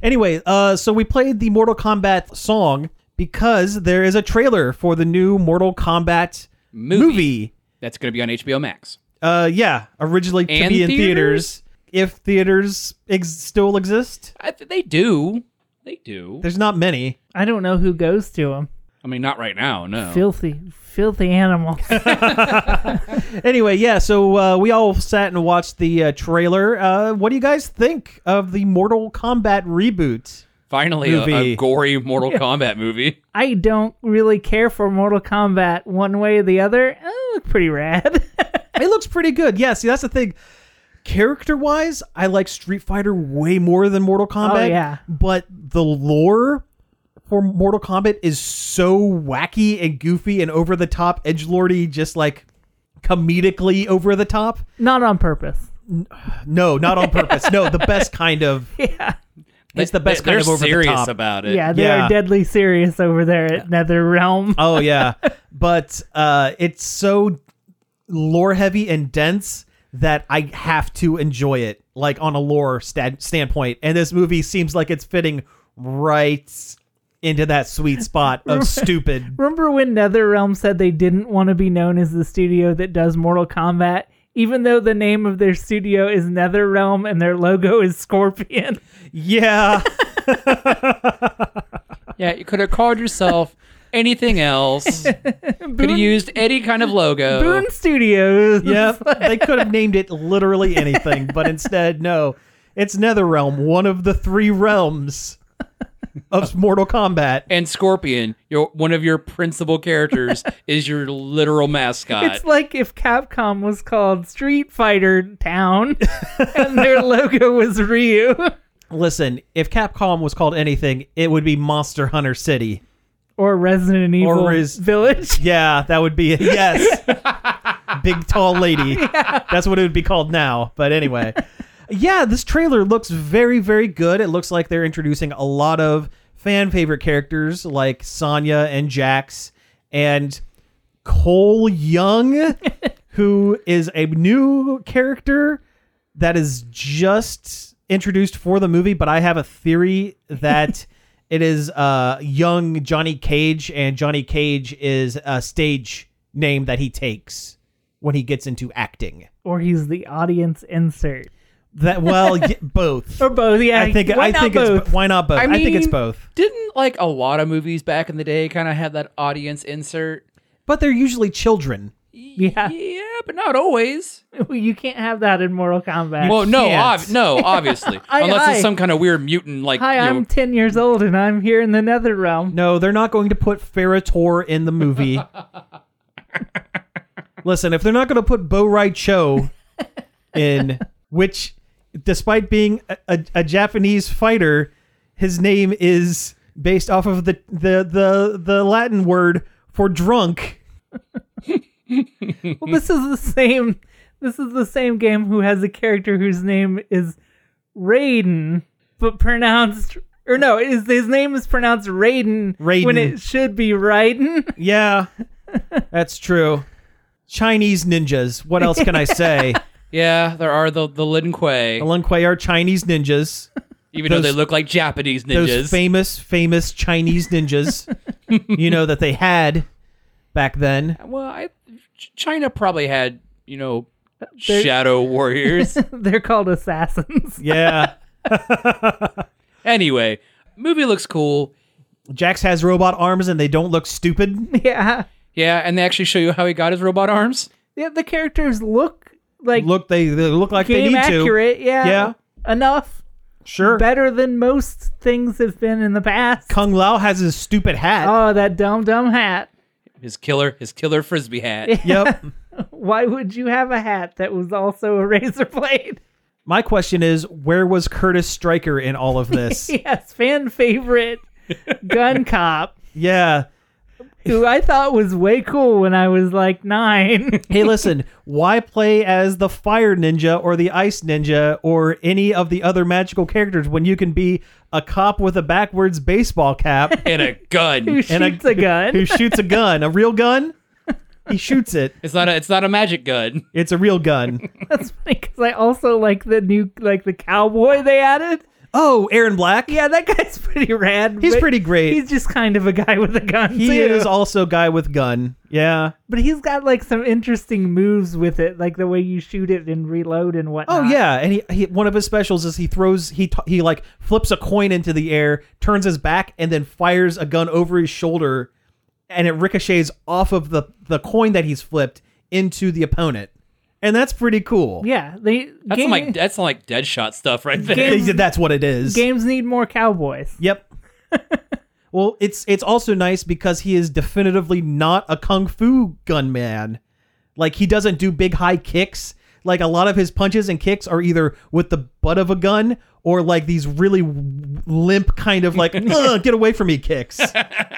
S3: Anyway, uh, so we played the Mortal Kombat song because there is a trailer for the new Mortal Kombat
S4: Movie.
S3: movie.
S4: That's going to be on HBO Max.
S3: Uh, yeah, originally to
S4: And
S3: be in
S4: theaters?
S3: theaters. If theaters ex- still exist,
S4: I th- they do. They do.
S3: there's not many.
S2: I don't know who goes to him.
S4: I mean, not right now, no.
S2: Filthy, filthy animal.
S3: Anyway, yeah, so uh, we all sat and watched the uh, trailer. Uh, what do you guys think of the Mortal Kombat reboot?
S4: Finally, a, a
S3: Movie.
S4: gory Mortal Kombat movie.
S2: I don't really care for Mortal Kombat one way or the other. Oh, look pretty rad.
S3: it looks pretty good. Yeah, see, that's the thing. Character wise, I like Street Fighter way more than Mortal
S2: Oh,
S3: Kombat.
S2: yeah.
S3: But the lore for Mortal Kombat is so wacky and goofy and over the top, edgelordy, just like comedically over the top.
S2: Not on purpose.
S3: No, not on purpose. no, the best kind of.
S2: Yeah.
S3: It's the best
S4: They-
S3: kind
S4: they're
S3: of over
S4: serious
S3: the top.
S4: about it.
S2: Yeah, they
S3: yeah.
S2: are deadly serious over there at NetherRealm.
S3: Oh yeah, but uh, it's so lore heavy and dense that I have to enjoy it, like on a lore stat- standpoint. And this movie seems like it's fitting right into that sweet spot of stupid.
S2: Remember when NetherRealm said they didn't want to be known as the studio that does Mortal Kombat? Even though the name of their studio is NetherRealm and their logo is Scorpion.
S3: Yeah,
S4: Yeah, you could have called yourself anything else. could have used any kind of logo.
S2: Boone Studios.
S3: yep. They could have named it literally anything, but instead, no. It's NetherRealm, one of the three realms of Mortal Kombat.
S4: And Scorpion, your one of your principal characters, is your literal mascot.
S2: It's like if Capcom was called Street Fighter Town and their logo was Ryu.
S3: Listen, if Capcom was called anything, it would be Monster Hunter City.
S2: or Resident Evil
S3: is-
S2: Village.
S3: Yeah, that would be yes. Big tall lady. That's what it would be called now. But anyway. Yeah, this trailer looks very, very good. It looks like they're introducing a lot of fan favorite characters like Sonya and Jax and Cole Young, who is a new character that is just introduced for the movie, but I have a theory that it is uh, young Johnny Cage, and Johnny Cage is a stage name that he takes when he gets into acting.
S2: Or he's the audience insert.
S3: That well, y- both.
S2: Or both, yeah.
S3: I think.
S2: why
S3: I
S2: not
S3: think
S2: both?
S3: it's why not both. I,
S4: I
S3: think it's
S4: mean-
S3: both.
S4: Didn't like a lot of movies back in the day kind of have that audience insert?
S3: But they're usually children.
S2: Yeah.
S4: Yeah, but not always.
S2: You can't have that in Mortal Kombat.
S4: Well, no,
S3: can't.
S4: ob- no, obviously,
S2: Hi,
S4: unless
S2: hi.
S4: it's some kind of weird mutant like
S2: Hi,
S4: you know,
S2: I'm 10 years old and I'm here in the Nether Realm.
S3: No, they're not going to put Ferritor in the movie. Listen, if they're not going to put Bo Rai Cho in, which, despite being a, a, a Japanese fighter, his name is based off of the the the, the Latin word for drunk.
S2: Well, this is the same. This is the same game who has a character whose name is Raiden, but pronounced or no, is his name is pronounced Raiden, when
S3: Raiden.
S2: it should be Raiden.
S3: Yeah, that's true. Chinese ninjas. What else can I say?
S4: Yeah, there are the the Lin Kuei,
S3: Alun Kuei are Chinese ninjas.
S4: even
S3: those-
S4: though they look like Japanese
S3: those
S4: ninjas.
S3: famous, famous Chinese ninjas, you know, that they had back then.
S4: Well, I, Ch- China probably had you know
S2: They're-
S4: shadow warriors.
S2: They're called assassins.
S3: Yeah.
S4: anyway, movie looks cool.
S3: Jax has robot arms and they don't look stupid.
S2: yeah.
S4: Yeah, and they actually show you how he got his robot arms.
S2: Yeah, the characters look like
S3: Look, they, they look like they
S2: game
S3: need
S2: accurate. Yeah.
S3: Yeah.
S2: Enough.
S3: to. Sure.
S2: Better than most things have been in the past.
S3: Kung Lao has his stupid hat.
S2: Oh, that dumb dumb hat.
S4: His killer, his killer frisbee hat.
S3: yep.
S2: Why would you have a hat that was also a razor blade?
S3: My question is, where was Curtis Stryker in all of this?
S2: yes, fan favorite gun cop.
S3: yeah.
S2: Who I thought was way cool when I was like nine.
S3: Hey, listen, why play as the fire ninja or the ice ninja or any of the other magical characters when you can be a cop with a backwards baseball cap
S4: and a
S2: Who
S4: gun.
S3: And a-
S2: shoots a, gun?
S3: who shoots a gun, a real gun? He shoots it.
S4: It's not a it's not a magic gun.
S3: It's a real gun.
S2: That's funny because I also like the new like the cowboy they added.
S3: Oh, Aaron Black.
S2: Yeah, that guy's pretty rad.
S3: He's
S2: but
S3: pretty great.
S2: He's just kind of a guy with a gun.
S3: he
S2: too.
S3: is also guy with gun. Yeah.
S2: but he's got like some interesting moves with it, like the way you shoot it and reload and
S3: Oh
S2: whatnot.
S3: yeah, and he, he one of his specials is he throws he t- he like flips a coin into the air, turns his back, and then fires a gun over his shoulder, and it ricochets off of the the coin that he's flipped into the opponent, and that's pretty cool.
S2: yeah. They
S4: That's
S2: game-
S4: some, like that's some, like Deadshot stuff right there.
S2: Game-
S3: They- that's what it is.
S2: games need more cowboys.
S3: Yep. well, it's it's also nice because he is definitively not a kung fu gunman. Like he doesn't do big high kicks. Like a lot of his punches and kicks are either with the butt of a gun or like these really w- limp kind of like "Ugh, get away from me kicks.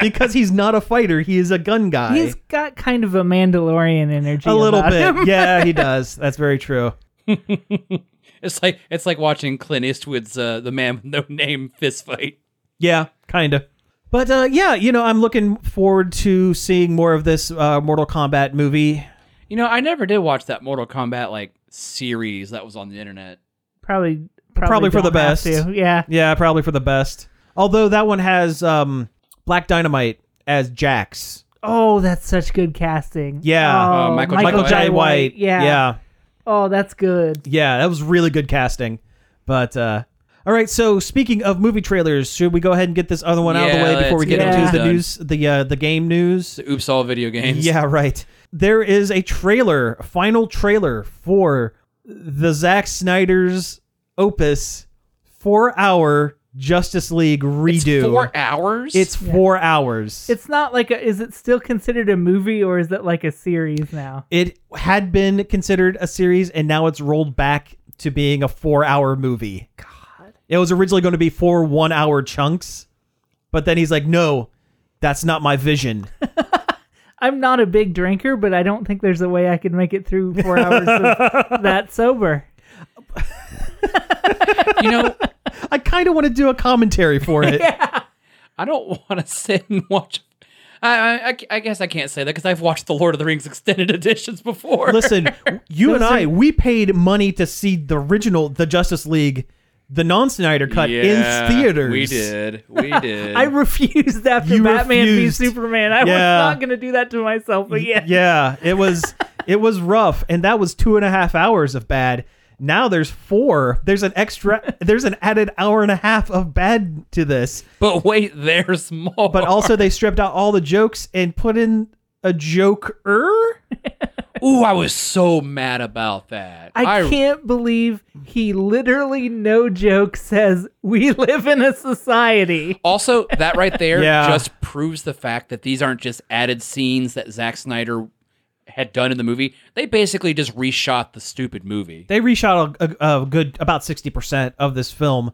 S3: Because he's not a fighter, he is a gun guy.
S2: He's got kind of a Mandalorian energy.
S3: a little
S2: about
S3: bit.
S2: him.
S3: Yeah, he does. That's very true.
S4: It's like it's like watching Clint Eastwood's uh, the man with no name fist fight.
S3: Yeah, kind of. But uh, yeah, you know, I'm looking forward to seeing more of this uh, Mortal Kombat movie.
S4: You know, I never did watch that Mortal Kombat like series that was on the internet.
S2: Probably, probably,
S3: Probably for
S2: don't
S3: the
S2: have
S3: best.
S2: to. Yeah.
S3: Yeah, probably for the best. Although that one has um, Black Dynamite as Jax.
S2: Oh, that's such good casting.
S3: Yeah.
S2: Oh,
S4: Uh, Michael- Michael
S2: Jai
S4: Jai
S2: Yeah.
S3: yeah,
S2: Oh, that's good.
S3: yeah. That was really good casting. But uh, all right. So speaking of movie trailers, should we go ahead and get this other one out of the
S4: Yeah,
S3: way before we
S4: let's
S3: get
S2: get
S3: into
S2: it
S3: the
S4: done.
S3: news, the uh, the game news?
S4: The Oops All Video Games.
S3: Yeah, right. There is a trailer, a final trailer for the Zack Snyder's opus, four hour Justice League
S4: It's
S3: redo.
S4: four hours.
S3: It's four hours.
S2: It's not like a. Is it still considered a movie or is it like a series now?
S3: it had been considered a series and now it's rolled back to being a four hour movie. God. It was originally going to be four one hour chunks, but then he's like, no, that's not my vision.
S2: I'm not a big drinker, but I don't think there's a way I could make it through four hours of that sober.
S4: you know
S3: I kind of want to do a commentary for it.
S4: I don't want to sit and watch. I, I, I c- I guess I can't say that because I've watched the Lord of the Rings extended editions before.
S3: Listen, you and I, we paid money to see the original, the Justice League, the non Snyder cut
S4: Yeah,
S3: in theaters.
S4: We did. We did.
S2: I refused after
S3: You
S2: Batman
S3: refused.
S2: v Superman. I was
S3: Yeah.
S2: not going to do that to myself again.
S3: Yeah, it was it was rough, and that was two and a half hours of bad. Now there's four. There's an extra. There's an added hour and a half of bad to this.
S4: but wait, there's more.
S3: But also they stripped out all the jokes and put in a joker.
S4: ooh, I was so mad about that.
S2: I can't believe he literally, no joke, says, We live in a society.
S4: Also, that right there
S3: Yeah.
S4: just proves the fact that these aren't just added scenes that Zack Snyder had done in the movie. They basically just reshot the stupid movie.
S3: They reshot a, a, a good about sixty percent of this film,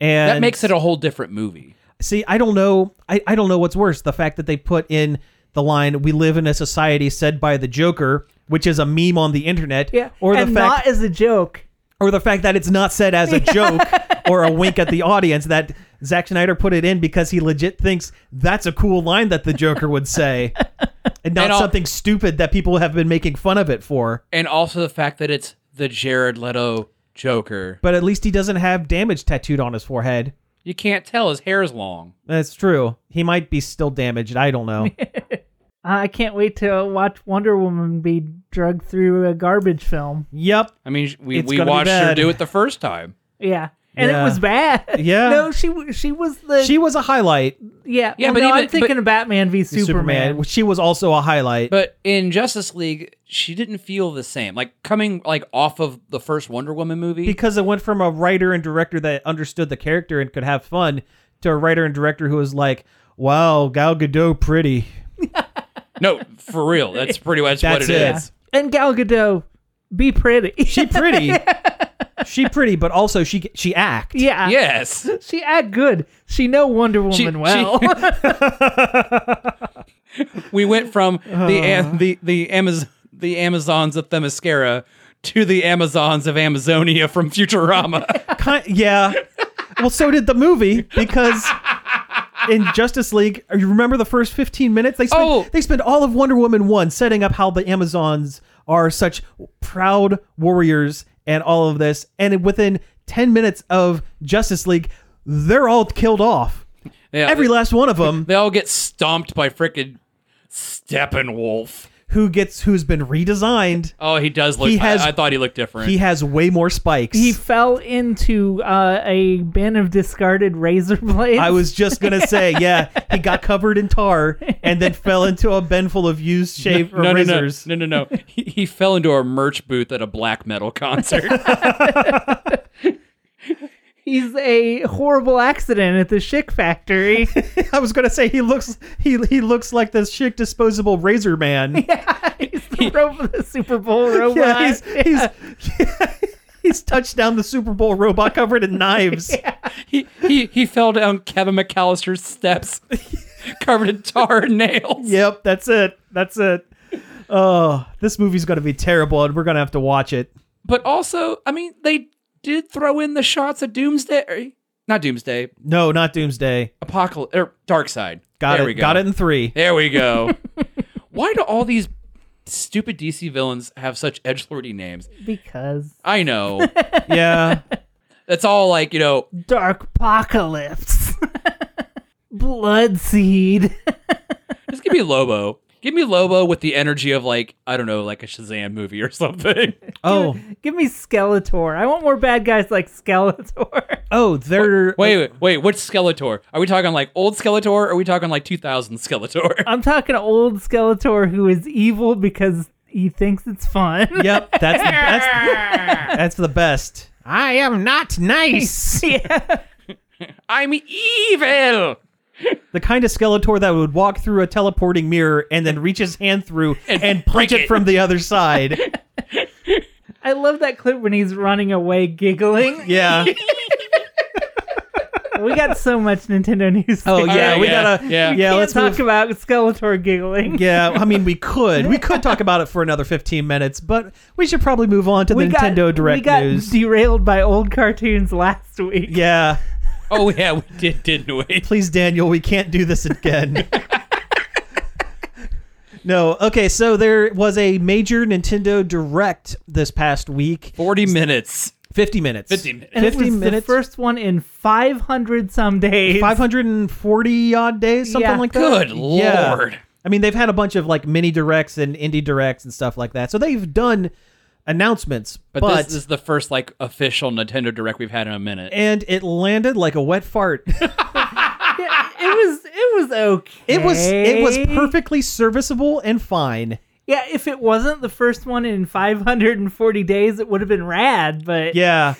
S3: and
S4: that makes it a whole different movie.
S3: See, I don't know. I, I don't know what's worse: the fact that they put in the line "We live in a society said by the Joker," which is a meme on the internet,
S2: Yeah.
S3: or the
S2: and
S3: fact
S2: not as a joke.
S3: or the fact that it's not said as a joke or a wink at the audience that Zack Snyder put it in because he legit thinks that's a cool line that the Joker would say and not
S4: And I'll-
S3: something stupid that people have been making fun of it for.
S4: And also the fact that it's the Jared Leto Joker.
S3: But at least he doesn't have damage tattooed on his forehead.
S4: You can't tell his hair is long.
S3: That's true. He might be still damaged. I don't know.
S2: I can't wait to watch Wonder Woman be drugged through a garbage film.
S3: Yep.
S4: I mean, sh- we,
S3: It's
S4: we
S3: gonna be
S4: watched her
S3: bad.
S4: do it the first time.
S2: Yeah, and
S3: Yeah.
S2: it was bad.
S3: Yeah.
S2: no, she w- she was the
S3: She was a highlight.
S2: yeah
S4: Yeah,
S2: Well,
S4: but
S2: no,
S4: even-
S2: I'm thinking
S4: but-
S2: of Batman v
S3: Superman.
S2: Superman.
S3: She was also a highlight.
S4: But in Justice League, she didn't feel the same. Like coming like off of the first Wonder Woman movie,
S3: because it went from a writer and director that understood the character and could have fun to a writer and director who was like, "Wow, Gal Gadot, pretty."
S4: No, for real. That's pretty much
S3: That's
S4: what it
S3: it.
S4: is.
S2: And Gal Gadot, be pretty.
S3: She pretty. she pretty, but also she she act.
S2: yeah,
S4: Yes.
S2: She act good. She know Wonder Woman
S4: She-
S2: well.
S4: We went from
S3: Uh-huh.
S4: the Am- the the Amaz- the Amazons of Themyscira to the Amazons of Amazonia from Futurama.
S3: Ki- yeah. Well, so did the movie because in Justice League, you remember the first 15 minutes they spent
S4: Oh.
S3: they spent all of Wonder Woman 1 setting up how the Amazons are such proud warriors and all of this and within 10 minutes of Justice League, they're all killed off.
S4: Yeah,
S3: Every
S4: they,
S3: last one of them
S4: they all get stomped by frickin' Steppenwolf.
S3: who gets who's been redesigned,
S4: Oh, he does look.
S3: He has-
S4: I, I thought he looked different.
S3: he has way more spikes.
S2: he fell into uh, a bin of discarded razor blades.
S3: I was just gonna say, yeah, he got covered in tar and then fell into a bin full of used shave or
S4: no, no, no,
S3: razors.
S4: no, no, no. He, he fell into a merch booth at a black metal concert.
S2: He's a horrible accident at the Schick factory.
S3: I was gonna say he looks he he looks like this chic disposable razor man. Yeah,
S2: He's the, ro- the Super Bowl robot.
S3: he's he's he's touched down the Super Bowl robot covered in knives.
S4: he, he he fell down Kevin McAllister's steps, covered in tar and nails.
S3: Yep, that's it. That's it. Oh, this movie's gonna be terrible, and we're gonna have to watch it.
S4: But also, I mean, they did throw in the shots of Doomsday, or, not Doomsday,
S3: No, not Doomsday.
S4: Apocalypse, or Dark Side.
S3: Got
S4: there
S3: it.
S4: We go.
S3: Got it in three.
S4: There we go. Why do all these stupid DC villains have such edge lordy names?
S2: because
S4: I know.
S3: Yeah,
S4: That's all like you know.
S2: Dark Apocalypse, Bloodseed.
S4: Just give me Lobo. Give me Lobo with the energy of like I don't know, like a Shazam movie or something.
S3: Oh,
S2: Give me Skeletor. I want more bad guys like Skeletor.
S3: oh, they're
S4: Wait, wait, wait. Which Skeletor? Are we talking like old Skeletor? Or are we talking like 2000 Skeletor?
S2: I'm talking old Skeletor who is evil because he thinks it's fun.
S3: Yep, that's that's that's the best. I am not nice.
S2: yeah.
S4: I'm evil.
S3: The kind of Skeletor that would walk through a teleporting mirror and then reach his hand through and, punch
S4: break
S3: it.
S4: it.
S3: from the other side.
S2: I love that clip when he's running away giggling.
S3: Yeah.
S2: We got so much Nintendo news.
S3: Oh
S2: today.
S3: yeah,
S4: right,
S3: we
S4: yeah,
S3: gotta
S4: yeah.
S3: yeah.
S4: We
S2: Can't
S3: let's
S2: talk
S3: move.
S2: about Skeletor giggling.
S3: Yeah, I mean we could we could talk about it for another fifteen minutes, but we should probably move on to the
S2: We got-
S3: Nintendo Direct
S2: We got
S3: news.
S2: derailed by old cartoons last week.
S3: yeah,
S4: Oh yeah, we did, didn't we?
S3: please daniel we can't do this again no okay so there was a major nintendo direct this past week
S4: 40 minutes.
S3: 50 minutes
S4: 50 minutes.
S2: And it
S3: 50
S2: was
S3: minutes
S2: The first one in 500 some days.
S3: 540 odd days something
S2: Yeah.
S3: like that
S4: Good
S3: Yeah.
S4: lord.
S3: I mean, they've had a bunch of like mini directs and indie directs and stuff like that. So they've done announcements,
S4: But, this is the first like official Nintendo Direct we've had in a minute.
S3: and it landed like a wet fart.
S2: Yeah, it was it was okay.
S3: it was it was perfectly serviceable and fine.
S2: Yeah, if it wasn't the first one in 540 days, it would have been rad. But
S3: Yeah.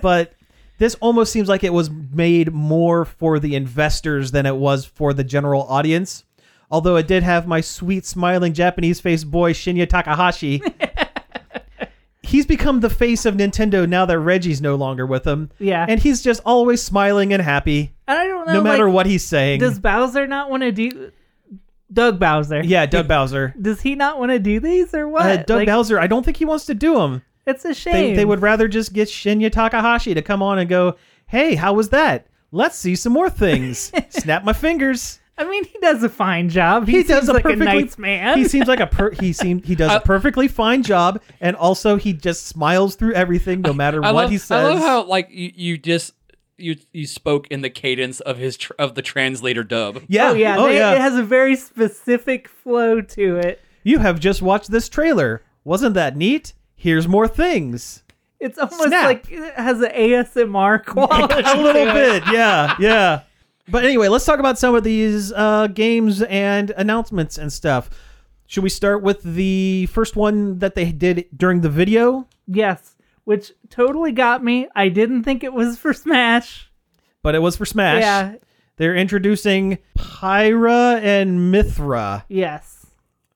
S3: but this almost seems like it was made more for the investors than it was for the general audience. Although it did have my sweet smiling Japanese faced boy Shinya Takahashi. he's become the face of Nintendo now that Reggie's no longer with him.
S2: Yeah.
S3: And he's just always smiling and happy
S2: I don't know.
S3: no matter
S2: like,
S3: what he's saying.
S2: does Bowser not want to do? Doug Bowser.
S3: yeah, Doug Bowser.
S2: Does he not want to do these or what?
S3: Uh, Doug
S2: Like,
S3: Bowser, I don't think he wants to do them.
S2: It's a shame.
S3: They, they would rather just get Shinya Takahashi to come on and go, hey, how was that? Let's see some more things. Snap my fingers.
S2: I mean, he does a fine job. He,
S3: He does
S2: seems
S3: a
S2: like
S3: perfectly
S2: a nice man.
S3: He seems like a per, he seemed he does a perfectly fine job, and also he just smiles through everything, no matter
S4: I
S3: what
S4: love,
S3: he says.
S4: I love how like you, you just you you spoke in the cadence of his tr- of the translator dub.
S3: Yeah.
S2: oh yeah,
S3: Oh
S2: they-
S3: yeah.
S2: it has a very specific flow to it.
S3: you have just watched this trailer. Wasn't that neat? Here's more things.
S2: It's almost
S3: Snap.
S2: like it has an ASMR quality.
S3: a little
S2: to it.
S3: bit. Yeah, yeah. But anyway, let's talk about some of these uh, games and announcements and stuff. Should we start with the first one that they did during the video?
S2: Yes, which totally got me. I didn't think it was for Smash.
S3: But it was for Smash.
S2: Yeah.
S3: They're introducing Pyra and Mithra
S2: Yes.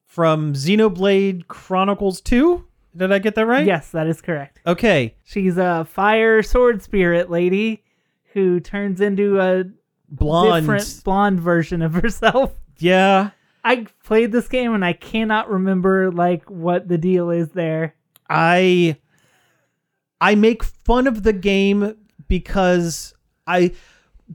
S3: from Xenoblade Chronicles 2. Did I get that right?
S2: Yes, that is correct.
S3: Okay.
S2: She's a fire sword spirit lady who turns into a
S3: Blonde.
S2: different blonde version of herself.
S3: Yeah.
S2: I played this game and I cannot remember like what the deal is there.
S3: I I make fun of the game because I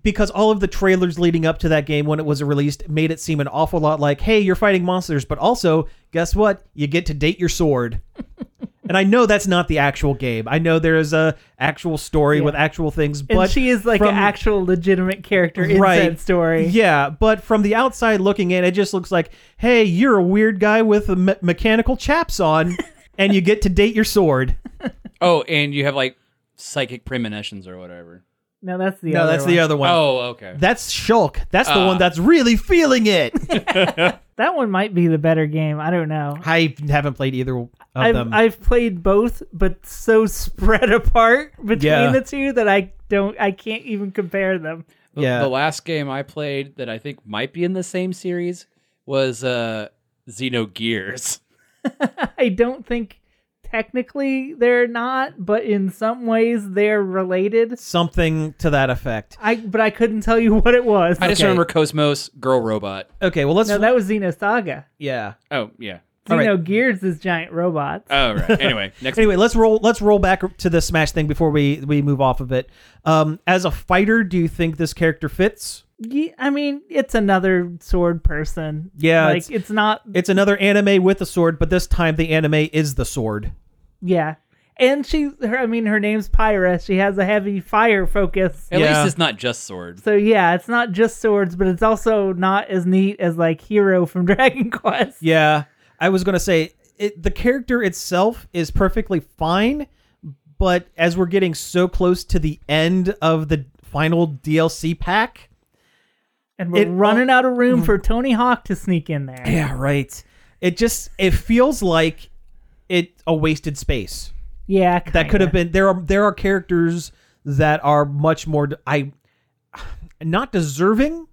S3: because all of the trailers leading up to that game when it was released made it seem an awful lot like, hey, you're fighting monsters, but also, guess what? You get to date your sword. and I know that's not the actual game. I know there is a actual story with actual things,
S2: And
S3: but
S2: she is like
S3: from-
S2: an actual legitimate character in that story.
S3: yeah, but from the outside looking in, it just looks like, hey, you're a weird guy with a me- mechanical chaps on, and you get to date your sword.
S4: Oh, and you have like psychic premonitions or whatever.
S2: No, that's the
S3: No,
S2: other
S3: that's
S2: one.
S3: the other one.
S4: Oh, okay.
S3: That's Shulk. That's the
S2: Uh.
S4: Ah.
S3: one that's really feeling it.
S2: That one might be the better game. I don't know.
S3: I haven't played either of
S2: I've
S3: them.
S2: I've played both, but so spread apart between
S3: Yeah.
S2: the two that I don't I can't even compare them.
S4: The-
S3: yeah.
S4: The last game I played that I think might be in the same series was uh Xenogears.
S2: I don't think technically they're not, but in some ways they're related.
S3: Something to that effect.
S2: I but I couldn't tell you what it was.
S4: I just
S3: Okay.
S4: remember Cosmos Girl Robot.
S3: Okay, well let's
S2: no, that was Xenosaga.
S3: yeah.
S4: Oh yeah.
S3: All right.
S2: Xenogears is giant robots.
S4: Oh right. Anyway, next.
S3: Anyway, let's roll let's roll back to the Smash thing before we we move off of it. Um as a fighter, do you think this character fits?
S2: Ye- I mean, it's another sword person.
S3: Yeah,
S2: like
S3: it's-
S2: it's, not.
S3: It's another anime with a sword, but this time the anime is the sword.
S2: Yeah, and she. Her, I mean, her name's Pyra. She has a heavy fire focus.
S4: At
S3: Yeah.
S4: least it's not just sword.
S2: So yeah, it's not just swords, but it's also not as neat as like Hero from Dragon Quest.
S3: Yeah, I was gonna say it, the character itself is perfectly fine, but as we're getting so close to the end of the final DLC pack,
S2: And we're
S3: It- Mm.
S2: running out of room for Tony Hawk to sneak in there.
S3: yeah, right. It just it feels like it a wasted space
S2: Yeah,
S3: that could have been. There are there are characters that are much more d- I not deserving,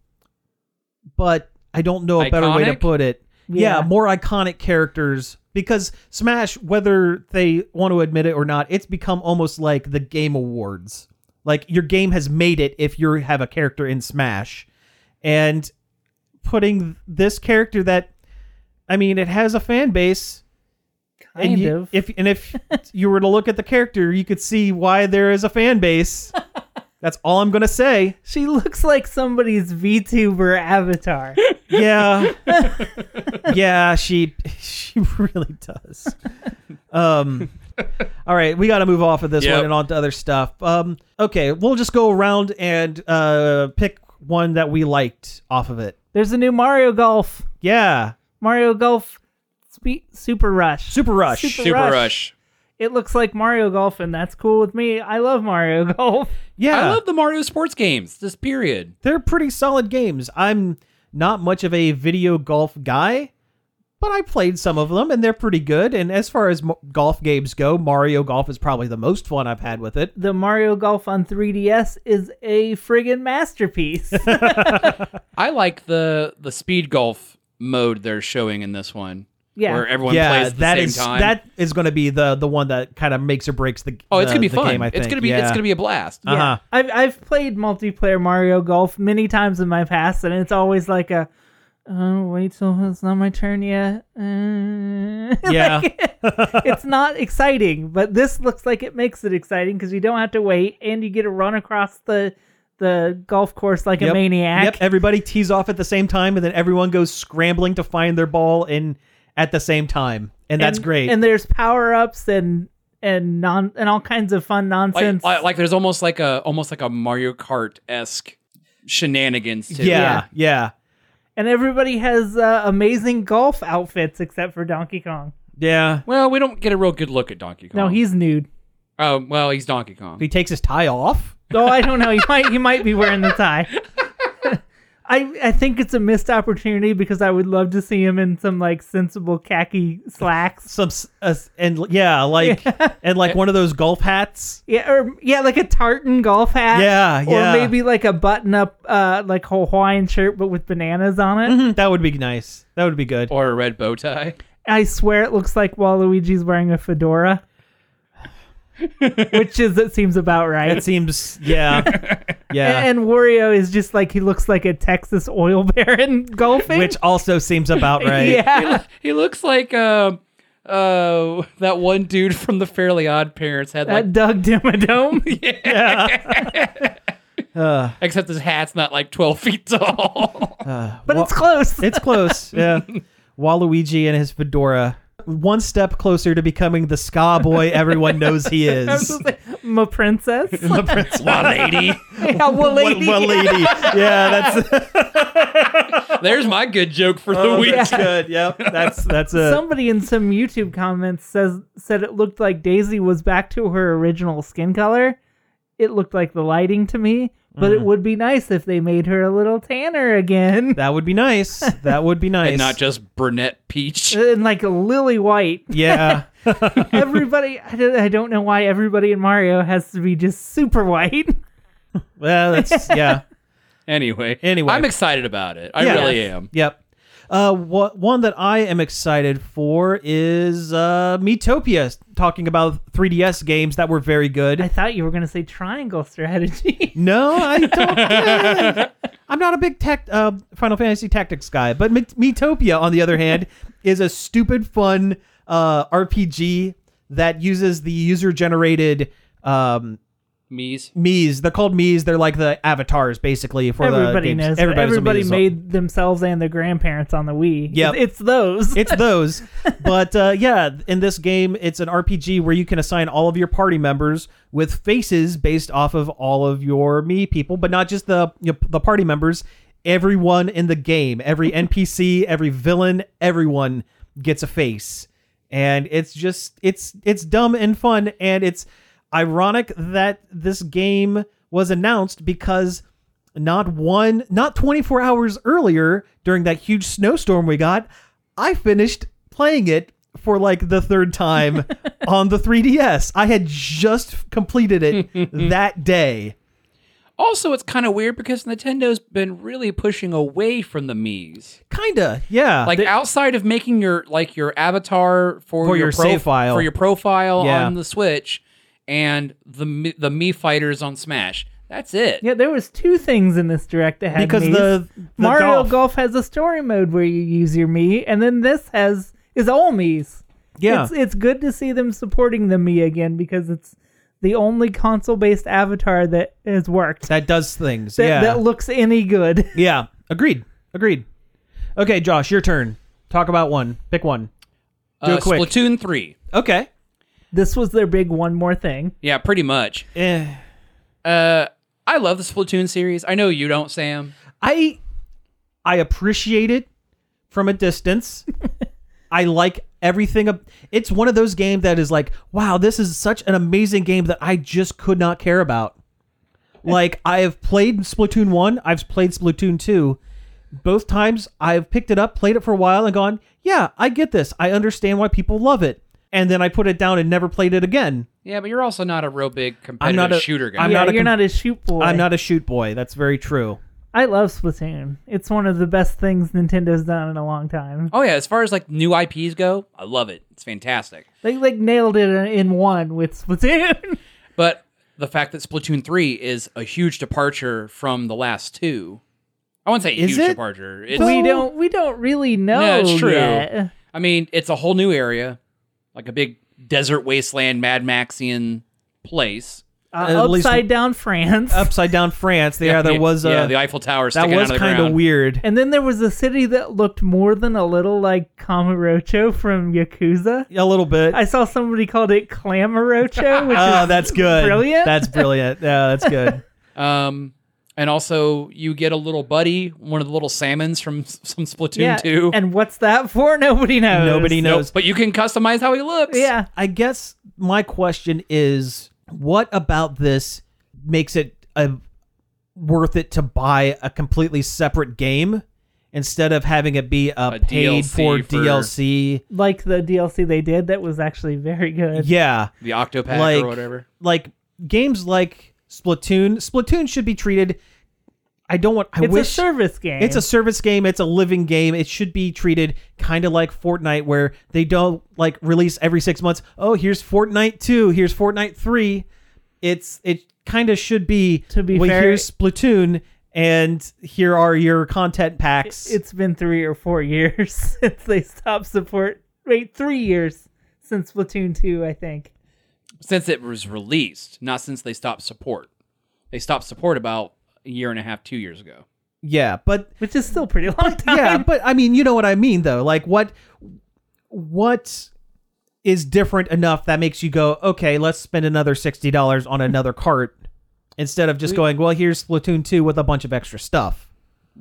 S3: but I don't know a better way to
S4: Iconic?
S3: put it. Yeah.
S2: Yeah.
S3: more iconic characters because Smash, whether they want to admit it or not, it's become almost like the Game Awards. Like your game has made it if you have a character in Smash, and putting this character that, I mean, it has a fan base
S2: kind
S3: and you-
S2: of.
S3: If and if you were to look at the character, you could see why there is a fan base. That's all I'm gonna say.
S2: she looks like somebody's VTuber avatar.
S3: Yeah, yeah, she she really does. Um, all right, we got to move off of this
S4: Yep.
S3: one and on to other stuff. Um, okay, we'll just go around and uh pick one that we liked off of it.
S2: There's a new Mario Golf.
S3: Yeah,
S2: Mario Golf Spe- Super Rush.
S3: Super Rush.
S2: Super-
S4: Super
S2: Rush.
S4: Rush.
S2: It looks like Mario Golf, and that's cool with me. I love Mario Golf.
S3: yeah,
S4: I love the Mario sports games. This period.
S3: they're pretty solid games. I'm not much of a video golf guy, but I played some of them and they're pretty good. And as far as m- golf games go, Mario Golf is probably the most fun I've had with it.
S2: The Mario Golf on 3DS is a friggin' masterpiece.
S3: Uh-huh.
S4: I like the the speed golf mode they're showing in this one.
S2: Yeah.
S4: Where everyone
S3: yeah,
S4: plays at the
S3: that
S4: same
S3: is
S4: time.
S3: that is going to be the the one that kind of makes or breaks the.
S4: oh, it's
S3: the-
S4: gonna be
S3: the
S4: fun.
S3: Game, I
S4: it's
S3: think.
S4: gonna be
S3: Yeah.
S4: it's gonna be a blast.
S3: Uh-huh.
S2: Yeah. I've I've played multiplayer Mario Golf many times in my past, and it's always like a, oh wait till it's not my turn yet. Uh,
S3: Yeah.
S2: like, it's not exciting, but this looks like it makes it exciting because you don't have to wait, and you get to run across the the golf course like a
S3: Yep.
S2: maniac.
S3: Yep, everybody tees off at the same time, and then everyone goes scrambling to find their ball in at the same time, and that's
S2: And-
S3: great.
S2: And there's power ups and and non and all kinds of fun nonsense.
S4: Like, like, like there's almost like a almost like a Mario Kart esque shenanigans. To it.
S3: yeah, yeah,
S2: and everybody has uh, amazing golf outfits except for Donkey Kong.
S3: yeah.
S4: Well, we don't get a real good look at Donkey Kong.
S2: No, he's nude.
S4: Oh, well, he's Donkey Kong.
S3: He takes his tie off.
S2: Oh, I don't know. He might he might be wearing the tie. I I think it's a missed opportunity because I would love to see him in some like sensible khaki slacks.
S3: Some s- uh, s- and yeah, like and like one of those golf hats.
S2: Yeah, or yeah, like a tartan golf hat.
S3: Yeah, yeah.
S2: Or maybe like a button up uh like Hawaiian shirt but with bananas on it.
S3: Mhm, That would be nice. That would be good.
S4: or a red bow tie.
S2: I swear it looks like Waluigi's wearing a fedora. Which is it seems about right.
S3: It seems yeah, yeah.
S2: and Wario is just like he looks like a Texas oil baron golfing.
S3: Which also seems about right.
S4: He,
S2: yeah.
S4: lo- he looks like um uh, that one dude from the Fairly Odd Parents had
S2: That
S4: like,
S2: Doug Dimmadome.
S4: except his hat's not like 12 feet tall.
S2: but it's close.
S3: It's close. Yeah. Waluigi and his fedora. One step closer to becoming the ska boy everyone knows he is.
S2: My princess.
S3: The prince.
S4: My lady.
S2: yeah, well, lady.
S3: Well, lady. Yeah, that's,
S4: There's my good joke for the week.
S3: that's good. Yep. That's that's a
S2: Somebody in some YouTube comments says said it looked like Daisy was back to her original skin color. It looked like the lighting to me, but
S3: Mm.
S2: it would be nice if they made her a little tanner again.
S3: that would be nice. That would be nice.
S4: And not just brunette peach.
S2: And like a lily white.
S3: Yeah.
S2: Everybody, I don't, I don't know why everybody in Mario has to be just super white.
S3: Well, that's yeah.
S4: Anyway,
S3: Anyway.
S4: I'm excited about it. I
S3: Yeah.
S4: really am.
S3: Yep. Uh, what one that I am excited for is uh, Metopia, talking about 3DS games that were very
S2: I
S3: good.
S2: thought you were going to say triangle strategy.
S3: No, I don't. I'm not a big tech, uh, Final Fantasy Tactics guy, but Met- Metopia, on the other hand, is a stupid fun uh, RPG that uses the user-generated um,
S4: Me's.
S3: Mii's. They're called Mii's. They're like the avatars, basically, for
S2: Everybody
S3: the games.
S2: knows.
S3: Everybody's a
S2: Everybody
S3: Mii's.
S2: made themselves and their grandparents on the Wii.
S3: Yep.
S2: It's, it's those.
S3: it's those. But uh, yeah, in this game, it's an RPG where you can assign all of your party members with faces based off of all of your me people, but not just the you know, the party members. Everyone in the game, every NPC, every villain, everyone gets a face, and it's just it's it's dumb and fun, and it's ironic that this game was announced because not one, not 24 hours earlier during that huge snowstorm we got, I finished playing it for like the third time on the 3DS. I had just completed it that day.
S4: Also, it's kind of weird because Nintendo's been really pushing away from the Mii's.
S3: Kinda, yeah.
S4: like outside of making your like your avatar for,
S3: For your save file.
S4: for your profile
S3: Yeah.
S4: on the Switch and the Mi- the Mii fighters on Smash. That's it.
S2: Yeah, there was two things in this direct that had
S3: because
S2: Mii's.
S3: the, the
S2: Mario
S3: golf,
S2: has a story mode where you use your me, and then this has is all me's.
S3: yeah,
S2: It's it's good to see them supporting the me again because it's the only console based avatar that has worked
S3: that does things.
S2: that,
S3: yeah,
S2: that looks any good.
S3: yeah. Agreed. Agreed. Okay, Josh, your turn. Talk about one. Pick one. Do
S4: Uh,
S3: it quick.
S4: Splatoon three.
S3: Okay.
S2: This was their big one more thing.
S4: Yeah, pretty much.
S3: Eh.
S4: Uh, I love the Splatoon series. I know you don't, Sam.
S3: I I appreciate it from a distance. I like everything. ab- It's one of those games that is like, wow, this is such an amazing game that I just could not care about. Like I have played Splatoon one, I've played Splatoon two. Both times I've picked it up, played it for a while, and gone, yeah, I get this. I understand why people love it. And then I put it down and never played it again.
S4: Yeah, but you're also not a real big competitive
S3: not a-
S4: shooter guy.
S3: I'm
S2: yeah,
S3: not a
S2: you're
S3: com-
S2: not a shoot boy.
S3: I'm not a shoot boy. That's very true.
S2: I love Splatoon. It's one of the best things Nintendo's done in a long time.
S4: oh yeah, as far as like new IPs go, I love it. It's fantastic.
S2: They like nailed it in one with Splatoon.
S4: But the fact that Splatoon three is a huge departure from the last two. I wouldn't say a
S3: Is
S4: huge
S3: it?
S4: departure. It's,
S2: we don't we don't really know.
S4: No, it's true.
S2: yet.
S4: I mean, it's a whole new area, like a big desert wasteland, Mad Maxian place.
S3: At
S2: Uh,
S3: least-
S2: upside down France.
S3: upside down France. Yeah, there was a
S4: yeah the Eiffel Tower
S3: that
S4: sticking
S3: was
S4: out of the
S3: kind of
S4: ground.
S3: weird.
S2: and then there was a city that looked more than a little like Kamurocho from Yakuza.
S3: A little bit.
S2: I saw somebody called it Clamarocho, which
S3: oh,
S2: is
S3: that's good.
S2: brilliant.
S3: That's brilliant. Yeah, that's good.
S4: Um, and also you get a little buddy, one of the little salmons from s- some Splatoon
S2: yeah.
S4: two.
S2: And what's that for? Nobody knows.
S3: Nobody
S4: Nope,
S3: knows.
S4: but you can customize how he looks.
S2: Yeah.
S3: I guess my question is, what about this makes it a, worth it to buy a completely separate game instead of having it be a, paid
S4: DLC
S3: for
S4: for-
S3: DLC?
S2: Like the DLC they did that was actually very good.
S3: Yeah,
S4: the Octopath
S3: Like-
S4: or whatever.
S3: like games like Splatoon. Splatoon should be treated. I don't want. I
S2: It's
S3: wish
S2: a service game.
S3: It's a service game. It's a living game. It should be treated kind of like Fortnite, where they don't like release every six months. Oh, here's Fortnite two. Here's Fortnite three. It's it kind of should be.
S2: To be
S3: well,
S2: fair-
S3: here's Splatoon, and here are your content packs.
S2: It's been three or four years since they stopped support. Wait, three years since Splatoon 2, I think.
S4: Since it was released, not since they stopped support. They stopped support about a year and a half, two years ago.
S3: yeah, but
S2: Which is still pretty long time.
S3: yeah, but I mean, you know what I mean, though. Like what what is different enough that makes you go, okay, let's spend another sixty dollars on another cart instead of just going, well, here's Splatoon two with a bunch of extra stuff.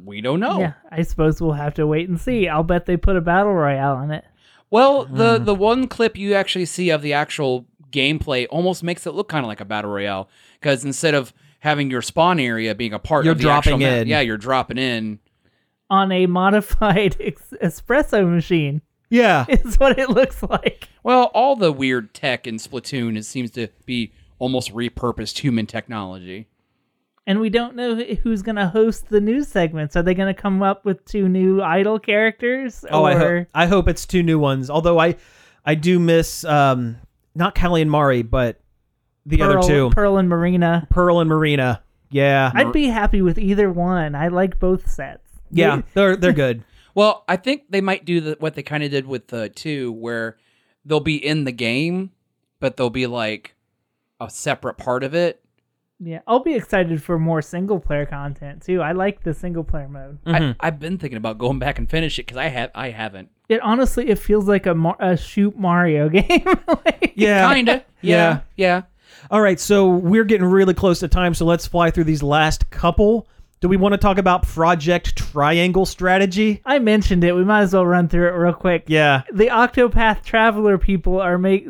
S4: We don't know.
S2: Yeah, I suppose we'll have to wait and see. I'll bet they put a battle royale on it.
S4: Well, the
S3: Mm.
S4: the one clip you actually see of the actual gameplay almost makes it look kind of like a battle royale because instead of having your spawn area being a part
S3: You're
S4: of the actual
S3: dropping
S4: map-
S3: in.
S4: yeah, you're dropping in.
S2: On a modified ex- espresso machine
S3: Yeah.
S2: is what it looks like.
S4: Well, all the weird tech in Splatoon it seems to be almost repurposed human technology.
S2: And we don't know wh- who's going to host the news segments. Are they going to come up with two new idol characters?
S3: Oh, I, ho-
S2: Or-
S3: I hope it's two new ones. Although I I do miss um not Callie and Mari, but the
S2: Pearl,
S3: other two.
S2: Pearl and Marina.
S3: Pearl and Marina. Yeah.
S2: I'd be happy with either one. I like both sets.
S3: yeah. They're they're good.
S4: Well, I think they might do the, what they kind of did with uh, two, where they'll be in the game, but they'll be like a separate part of it.
S2: Yeah, I'll be excited for more single player content too. I like the single player mode.
S3: Mm-hmm.
S4: I, I've been thinking about going back and finish it because I have I haven't.
S2: It honestly, it feels like a, Mar- a shoot Mario game. Like,
S3: Yeah.
S4: Kinda.
S3: Yeah.
S4: Yeah. Yeah.
S3: All right, so we're getting really close to time, so let's fly through these last couple. Do we want to talk about Project Triangle Strategy?
S2: I mentioned it. We might as well run through it real quick.
S3: Yeah.
S2: The Octopath Traveler people are make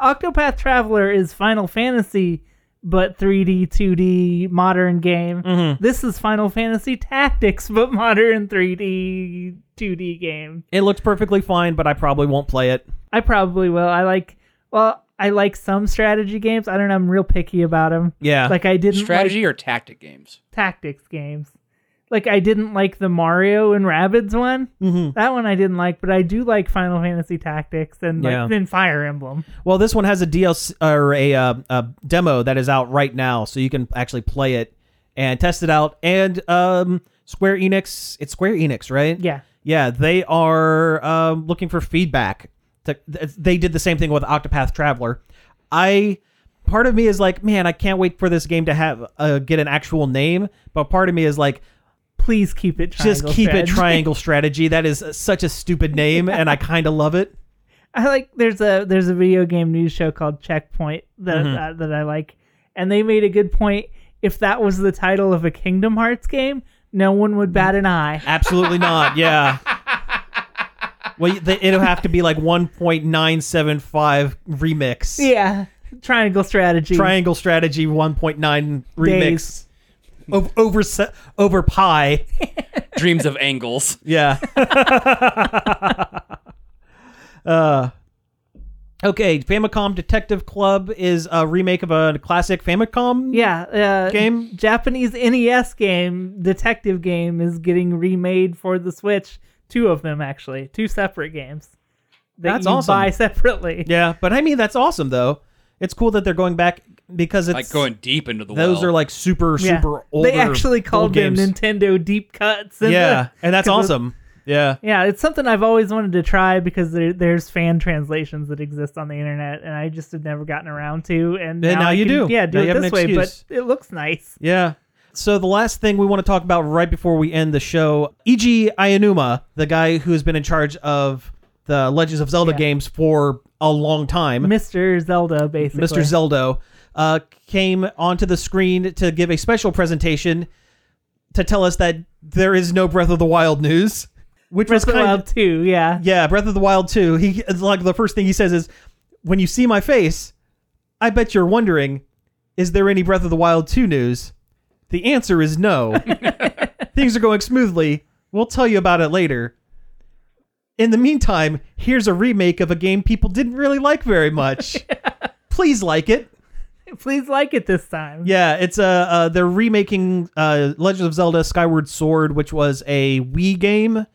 S2: Octopath Traveler is Final Fantasy, but 3D, 2D modern game. This is Final Fantasy Tactics, but modern 3D, 2D game.
S3: It looks perfectly fine, but I probably won't play it.
S2: I probably will. I like well, I like some strategy games. I don't know. I'm real picky about them.
S3: Yeah.
S2: Like I didn't like
S4: Strategy or tactic games?
S2: tactics games. Like I didn't like the Mario and Rabbids one. Mm-hmm. That one I didn't like, but I do like Final Fantasy Tactics and like
S3: Yeah.
S2: then Fire Emblem.
S3: Well, this one has a DLC or a, uh, a demo that is out right now, so you can actually play it and test it out. And um, Square Enix, it's Square Enix, right?
S2: Yeah.
S3: Yeah, they are um, looking for feedback. To, th- they did the same thing with Octopath Traveler. I part of me is like, man, I can't wait for this game to have uh, get an actual name. But part of me is like,
S2: Please keep it.
S3: just
S2: Triangle
S3: keep it
S2: Strategy.
S3: Triangle Strategy. That is such a stupid name, and I kind of love it.
S2: I like there's a there's a video game news show called Checkpoint that
S3: Mm-hmm.
S2: that, that I like, and they made a good point. If that was the title of a Kingdom Hearts game, no one would bat an eye.
S3: Absolutely not. Yeah. Well, th- it'll have to be like 1.975 remix.
S2: Yeah, Triangle Strategy.
S3: Triangle Strategy 1.9 remix.
S2: Days.
S3: Over, over se- over pie.
S4: Dreams of angles.
S3: Yeah. uh, okay, Famicom Detective Club is a remake of a classic Famicom.
S2: yeah, uh,
S3: Game?
S2: Japanese NES game, detective game is getting remade for the Switch. Two of them actually, two separate games that
S3: That's
S2: you
S3: awesome.
S2: buy separately.
S3: Yeah, but I mean that's awesome though. It's cool that they're going back because it's
S4: Like going deep into the
S3: those
S4: well.
S3: are like super
S2: Yeah.
S3: super older.
S2: They actually
S3: old
S2: called them
S3: games.
S2: Nintendo deep cuts. in
S3: Yeah,
S2: the-
S3: and that's
S2: 'cause
S3: awesome. Yeah.
S2: Yeah, it's something I've always wanted to try because there, there's fan translations that exist on the internet, and I just had never gotten around to. And
S3: Yeah, now
S2: I
S3: you
S2: can-
S3: do.
S2: Yeah, do
S3: Now you
S2: it
S3: have an
S2: this way, but
S3: excuse.
S2: it looks nice.
S3: Yeah. So the last thing we want to talk about right before we end the show, E.G. Ayanuma, the guy who has been in charge of the Legends of Zelda
S2: Yeah.
S3: games for a long time,
S2: Mr. Zelda, basically.
S3: Mr. Zeldo, uh, came onto the screen to give a special presentation to tell us that there is no Breath of the Wild news, which
S2: Breath of
S3: was
S2: the
S3: kind of
S2: Wild 2, yeah.
S3: yeah, Breath of the Wild too. He it's like the first thing he says is, "When you see my face, I bet you're wondering, is there any Breath of the Wild 2 news?" The answer is no. Things are going smoothly. We'll tell you about it later. In the meantime, here's a remake of a game people didn't really like very much. Please like it.
S2: Please like it this time.
S3: Yeah, it's uh, uh they're remaking uh Legend of Zelda Skyward Sword, which was a Wii game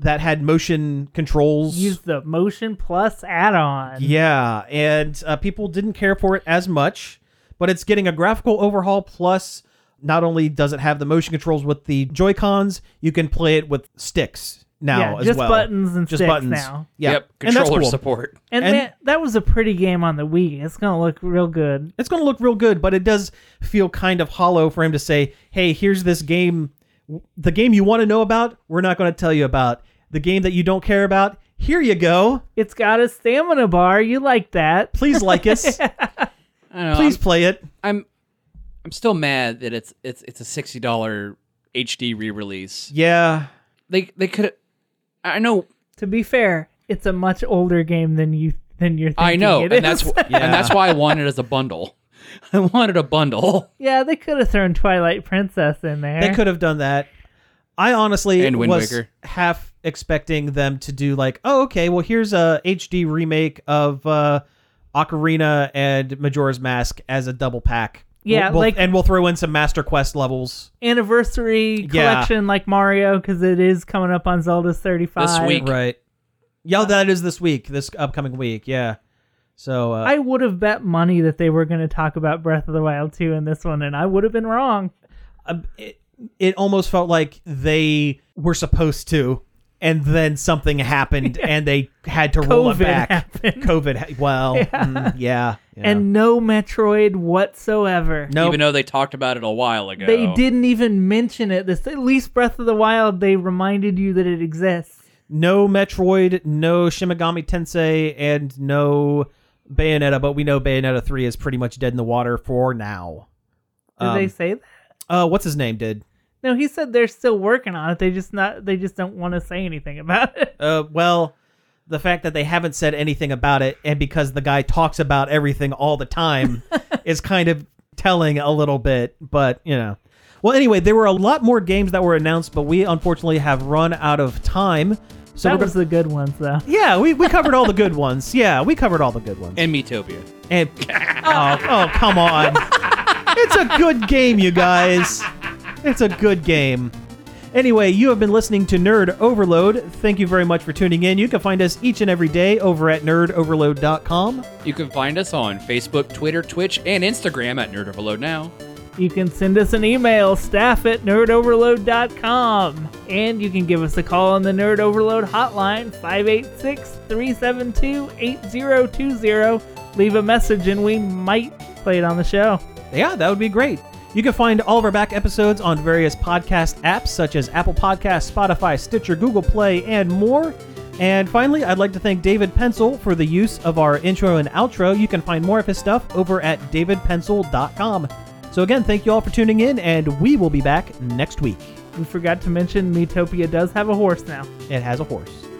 S3: that had motion controls.
S2: Use the Motion Plus add-on.
S3: Yeah, and uh, people didn't care for it as much, but it's getting a graphical overhaul. Plus, not only does it have the motion controls with the Joy Cons, you can play it with sticks now
S2: Yeah,
S3: as
S2: just
S3: well.
S2: buttons and
S3: just
S2: sticks
S3: buttons
S2: now.
S3: Yeah,
S4: Yep.
S3: and that's
S4: Controller
S3: cool.
S4: support.
S2: And,
S3: And-
S2: man, that was a pretty game on the Wii. It's gonna look real good.
S3: It's going to look real good, but it does feel kind of hollow for him to say, "Hey, here's this game, the game you want to know about. We're not going to tell you about the game that you don't care about. Here you go.
S2: It's got a stamina bar. You like that?
S3: Please like us.
S4: Um, I don't know,
S3: Please play it."
S4: I'm, I'm I'm still mad that it's it's it's a sixty dollar HD re release.
S3: Yeah,
S4: They they could I know
S2: To be fair, it's a much older game than you than you're thinking.
S4: I know,
S2: it
S4: and that's
S2: is.
S4: wh- and that's why I wanted it as a bundle. I wanted a bundle
S2: yeah. They could have thrown Twilight Princess in there.
S3: They could have done that. I honestly
S4: And Wind
S3: was
S4: Waker.
S3: half expecting them to do like, oh, okay, well here's a HD remake of uh, Ocarina and Majora's Mask as a double pack.
S2: Yeah,
S3: We'll- we'll-
S2: like-
S3: and we'll throw in some Master Quest levels.
S2: Anniversary
S3: Yeah.
S2: collection like Mario because it is coming up on Zelda's 35.
S4: this week.
S3: Right. Yeah, that is this week, this upcoming week. Yeah. So uh,
S2: I would have bet money that they were going to talk about Breath of the Wild 2 in this one, and I would have been wrong.
S3: um, it, it almost felt like they were supposed to, and then something happened, and they had to roll it
S2: COVID
S3: back.
S2: happened.
S3: COVID. ha- Well, mm, yeah, yeah.
S2: And no Metroid whatsoever.
S3: no,
S4: Even though they talked about it a while ago.
S2: They didn't even mention it. This at least Breath of the Wild, they reminded you that it exists.
S3: no Metroid, no Shimigami Tensei, and no Bayonetta. But we know Bayonetta three is pretty much dead in the water for now.
S2: Did
S3: Um,
S2: they say that?
S3: Uh, what's his name? Did
S2: No, he said they're still working on it. They just not they just don't want to say anything about it.
S3: uh, well, the fact that they haven't said anything about it, and because the guy talks about everything all the time, is kind of telling a little bit. But you know, well, anyway, there were a lot more games that were announced, but we unfortunately have run out of time. So
S2: that
S3: we're
S2: was
S3: gonna,
S2: the good ones though.
S3: yeah, we, we covered all the good ones. Yeah, we covered all the good ones.
S4: and Metopia.
S3: And oh, oh, come on. It's a good game, you guys. It's a good game. Anyway, you have been listening to Nerd Overload. Thank you very much for tuning in. You can find us each and every day over at nerdoverload.com.
S4: You can find us on Facebook, Twitter, Twitch, and Instagram at Nerd Overload Now.
S2: You can send us an email, staff at nerdoverload.com. And you can give us a call on the Nerd Overload hotline, 586 372 8020. Leave a message and we might play it on the show.
S3: Yeah, that would be great. You can find all of our back episodes on various podcast apps such as Apple Podcasts, Spotify, Stitcher, Google Play, and more. And finally, I'd like to thank David Pencil for the use of our intro and outro. You can find more of his stuff over at davidpencil.com. So, again, thank you all for tuning in, and we will be back next week.
S2: We forgot to mention Metopia does have a horse now.
S3: It has a horse.